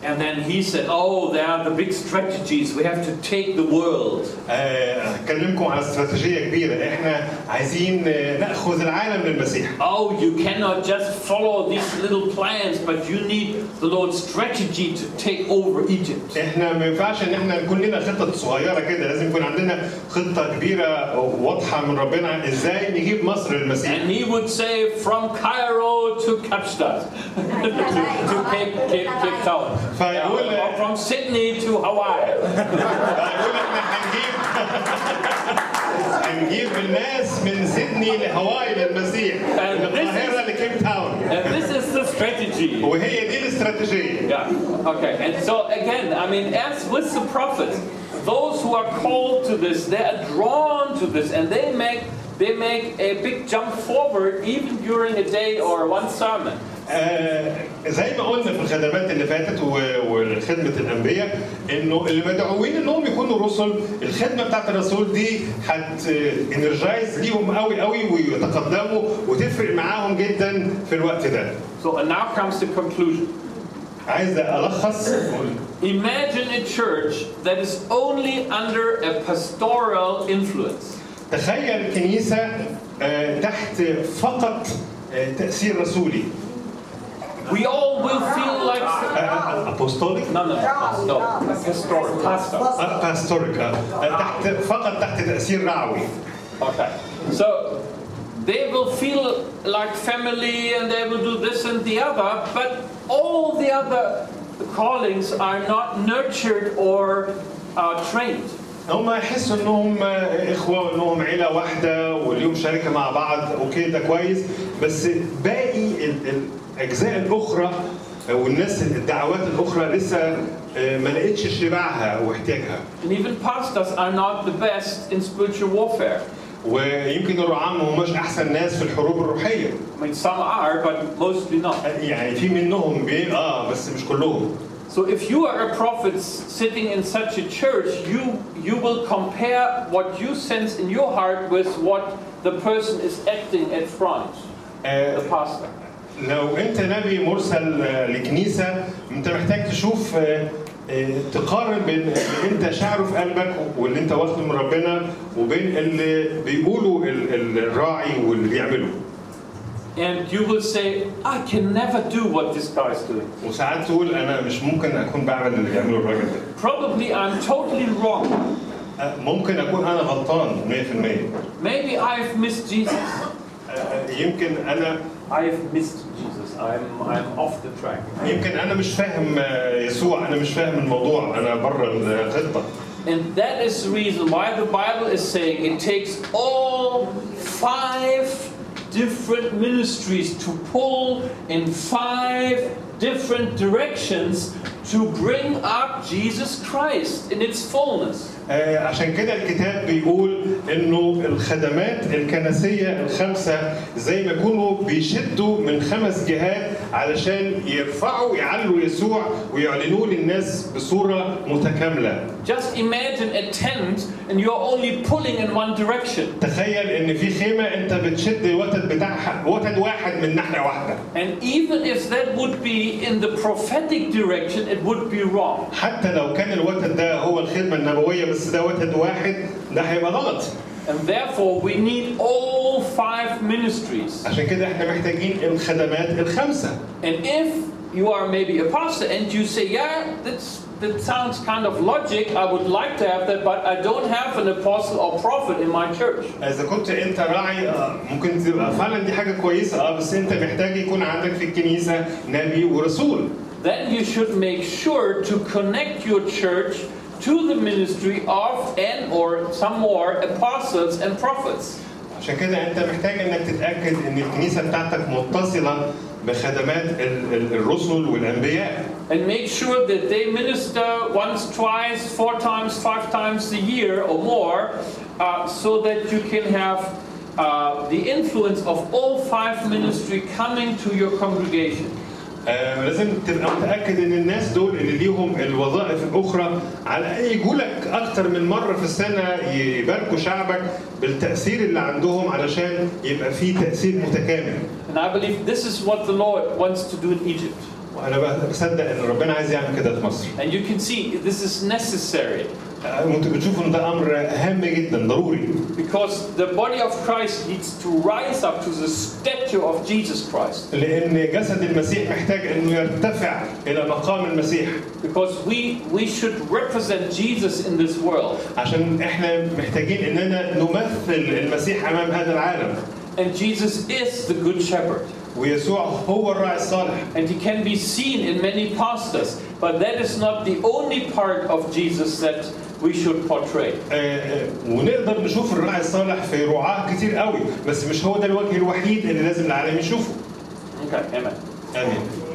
And then he said, Oh, there are the big strategies. We have to take the world.
آه، هكلمكم على استراتيجيه كبيره احنا عايزين آه، ناخذ العالم للمسيح
Oh, you cannot just follow these little plans, but you need the Lord's strategy to take over Egypt.
احنا ما ينفعش ان احنا يكون لنا خطط صغيره كده لازم يكون عندنا خطه كبيره واضحه من ربنا ازاي نجيب مصر للمسيح
And he would say, From Cairo to Kapstadt, <laughs> to, to Cape, Cape, Cape Town,
Fine.
or from Sydney to Hawaii.
فيقول احنا هنجيب <laughs> هنجيب الناس من سيدني لهاواي للمسيح من القاهره لكيب تاون
And this is the strategy.
وهي دي الاستراتيجيه
Yeah. Okay. And so again, I mean, as with the prophets, those who are called to this, they are drawn to this, and they make they make a big jump forward even during a day or one sermon.
آه، زي ما قلنا في الخدمات اللي فاتت و- وخدمه الانبياء انه اللي مدعوين انهم يكونوا رسل الخدمه بتاعت الرسول دي هت انرجايز ليهم قوي قوي ويتقدموا وتفرق معاهم جدا في الوقت ده.
So and now comes the conclusion.
عايز الخص
Imagine a church that is only under a pastoral influence.
تخيل كنيسه آه، تحت فقط آه، تاثير رسولي آه،
We all will feel like
ابوستوليك
no, no, no, no, pastoral, pastor.
باستوريك آه، تحت فقط تحت تاثير رعوي
Okay. So they will feel like family and they will do this and the other, but all the other callings are not nurtured or uh, trained.
هم يحسوا انهم اخوه وانهم عيله واحده واليوم شركه مع بعض اوكي ده كويس بس باقي ال- الاجزاء الاخرى والناس الدعوات الاخرى لسه آه، ما لقتش شبعها واحتياجها
And even pastors are not the best in spiritual warfare.
ويمكن الرعاة ما هماش احسن ناس في الحروب الروحيه
I mean, some are, but mostly not.
يعني في منهم بي اه بس مش كلهم
So if you are a prophet s- sitting in such a church, you you will compare what you sense in your heart with what the person is acting at front,
آه،
the pastor.
لو انت نبي مرسل آه، لكنيسه انت محتاج تشوف آه، آه، تقارن بين اللي انت شعره في قلبك واللي انت واخده من ربنا وبين اللي بيقوله ال- ال- الراعي واللي بيعمله
And you will say, I can never do what this guy is doing.
وساعات تقول انا مش ممكن اكون بعمل اللي بيعمله الراجل ده
Probably I'm totally wrong.
آه، ممكن اكون انا غلطان 100%
Maybe I've missed Jesus.
آه، يمكن انا
I've missed Jesus. I'm, I'm off the track.
يمكن انا مش فاهم آه، يسوع انا مش فاهم الموضوع انا بره الخطه
And that is the reason why the Bible is saying it takes all five different ministries to pull in five different directions to bring up Jesus Christ in its fullness.
آه، عشان كده الكتاب بيقول انه الخدمات الكنسيه الخمسه زي ما يكونوا بيشدوا من خمس جهات علشان يرفعوا يعلوا يسوع ويعلنوه للناس بصوره متكامله.
Just imagine a tent and you're only pulling in one direction.
تخيل ان في خيمه انت بتشد وتد بتاعها وتد واحد من ناحيه واحده.
And even if that would be in the prophetic direction, it would be wrong.
حتى لو كان الوتد ده هو الخدمه النبويه بس ده وتد واحد ده هيبقى غلط.
And therefore, we need all five ministries.
عشان كده احنا محتاجين الخدمات الخمسه.
And if you are maybe a pastor and you say, yeah, that's, that sounds kind of logic. I would like to have that, but I don't have an apostle or prophet in my church.
اذا كنت انت راعي آه، ممكن تبقى فعلا دي حاجه كويسه اه بس انت محتاج يكون عندك في الكنيسه نبي ورسول
Then you should make sure to connect your church to the ministry of and or some more apostles and prophets.
عشان كده انت محتاج انك تتاكد ان الكنيسه بتاعتك متصله بخدمات ال- ال- الرسل والانبياء
And make sure that they minister once, twice, four times, five times a year or more, uh, so that you can have uh, the influence of all five ministry coming to your congregation.
آه، لازم تبقى متاكد ان الناس دول اللي ليهم الوظائف الاخرى على الاقل يجولك اكتر من مره في السنه يباركوا شعبك بالتاثير اللي عندهم علشان يبقى في تاثير متكامل
And I believe this is what the Lord wants to do in Egypt.
وانا بقى بصدق ان ربنا عايز يعمل كده في مصر
And you can see this is necessary
آه، وانتوا بتشوفوا ان ده امر هام جدا ضروري
because the body of Christ needs to rise up to the stature of Jesus Christ.
لان جسد المسيح محتاج انه يرتفع الى مقام المسيح
Because we, we should represent Jesus in this world.
عشان احنا محتاجين اننا نمثل المسيح امام هذا العالم
And Jesus is the Good Shepherd.
ويسوع هو الراعي الصالح
And he can be seen in many pastors. But that is not the only part of Jesus that we should portray.
آه، آه، ونقدر نشوف الراعي الصالح في رعاه كتير قوي بس مش هو ده الوجه الوحيد اللي لازم العالم يشوفه
Okay, amen.
امين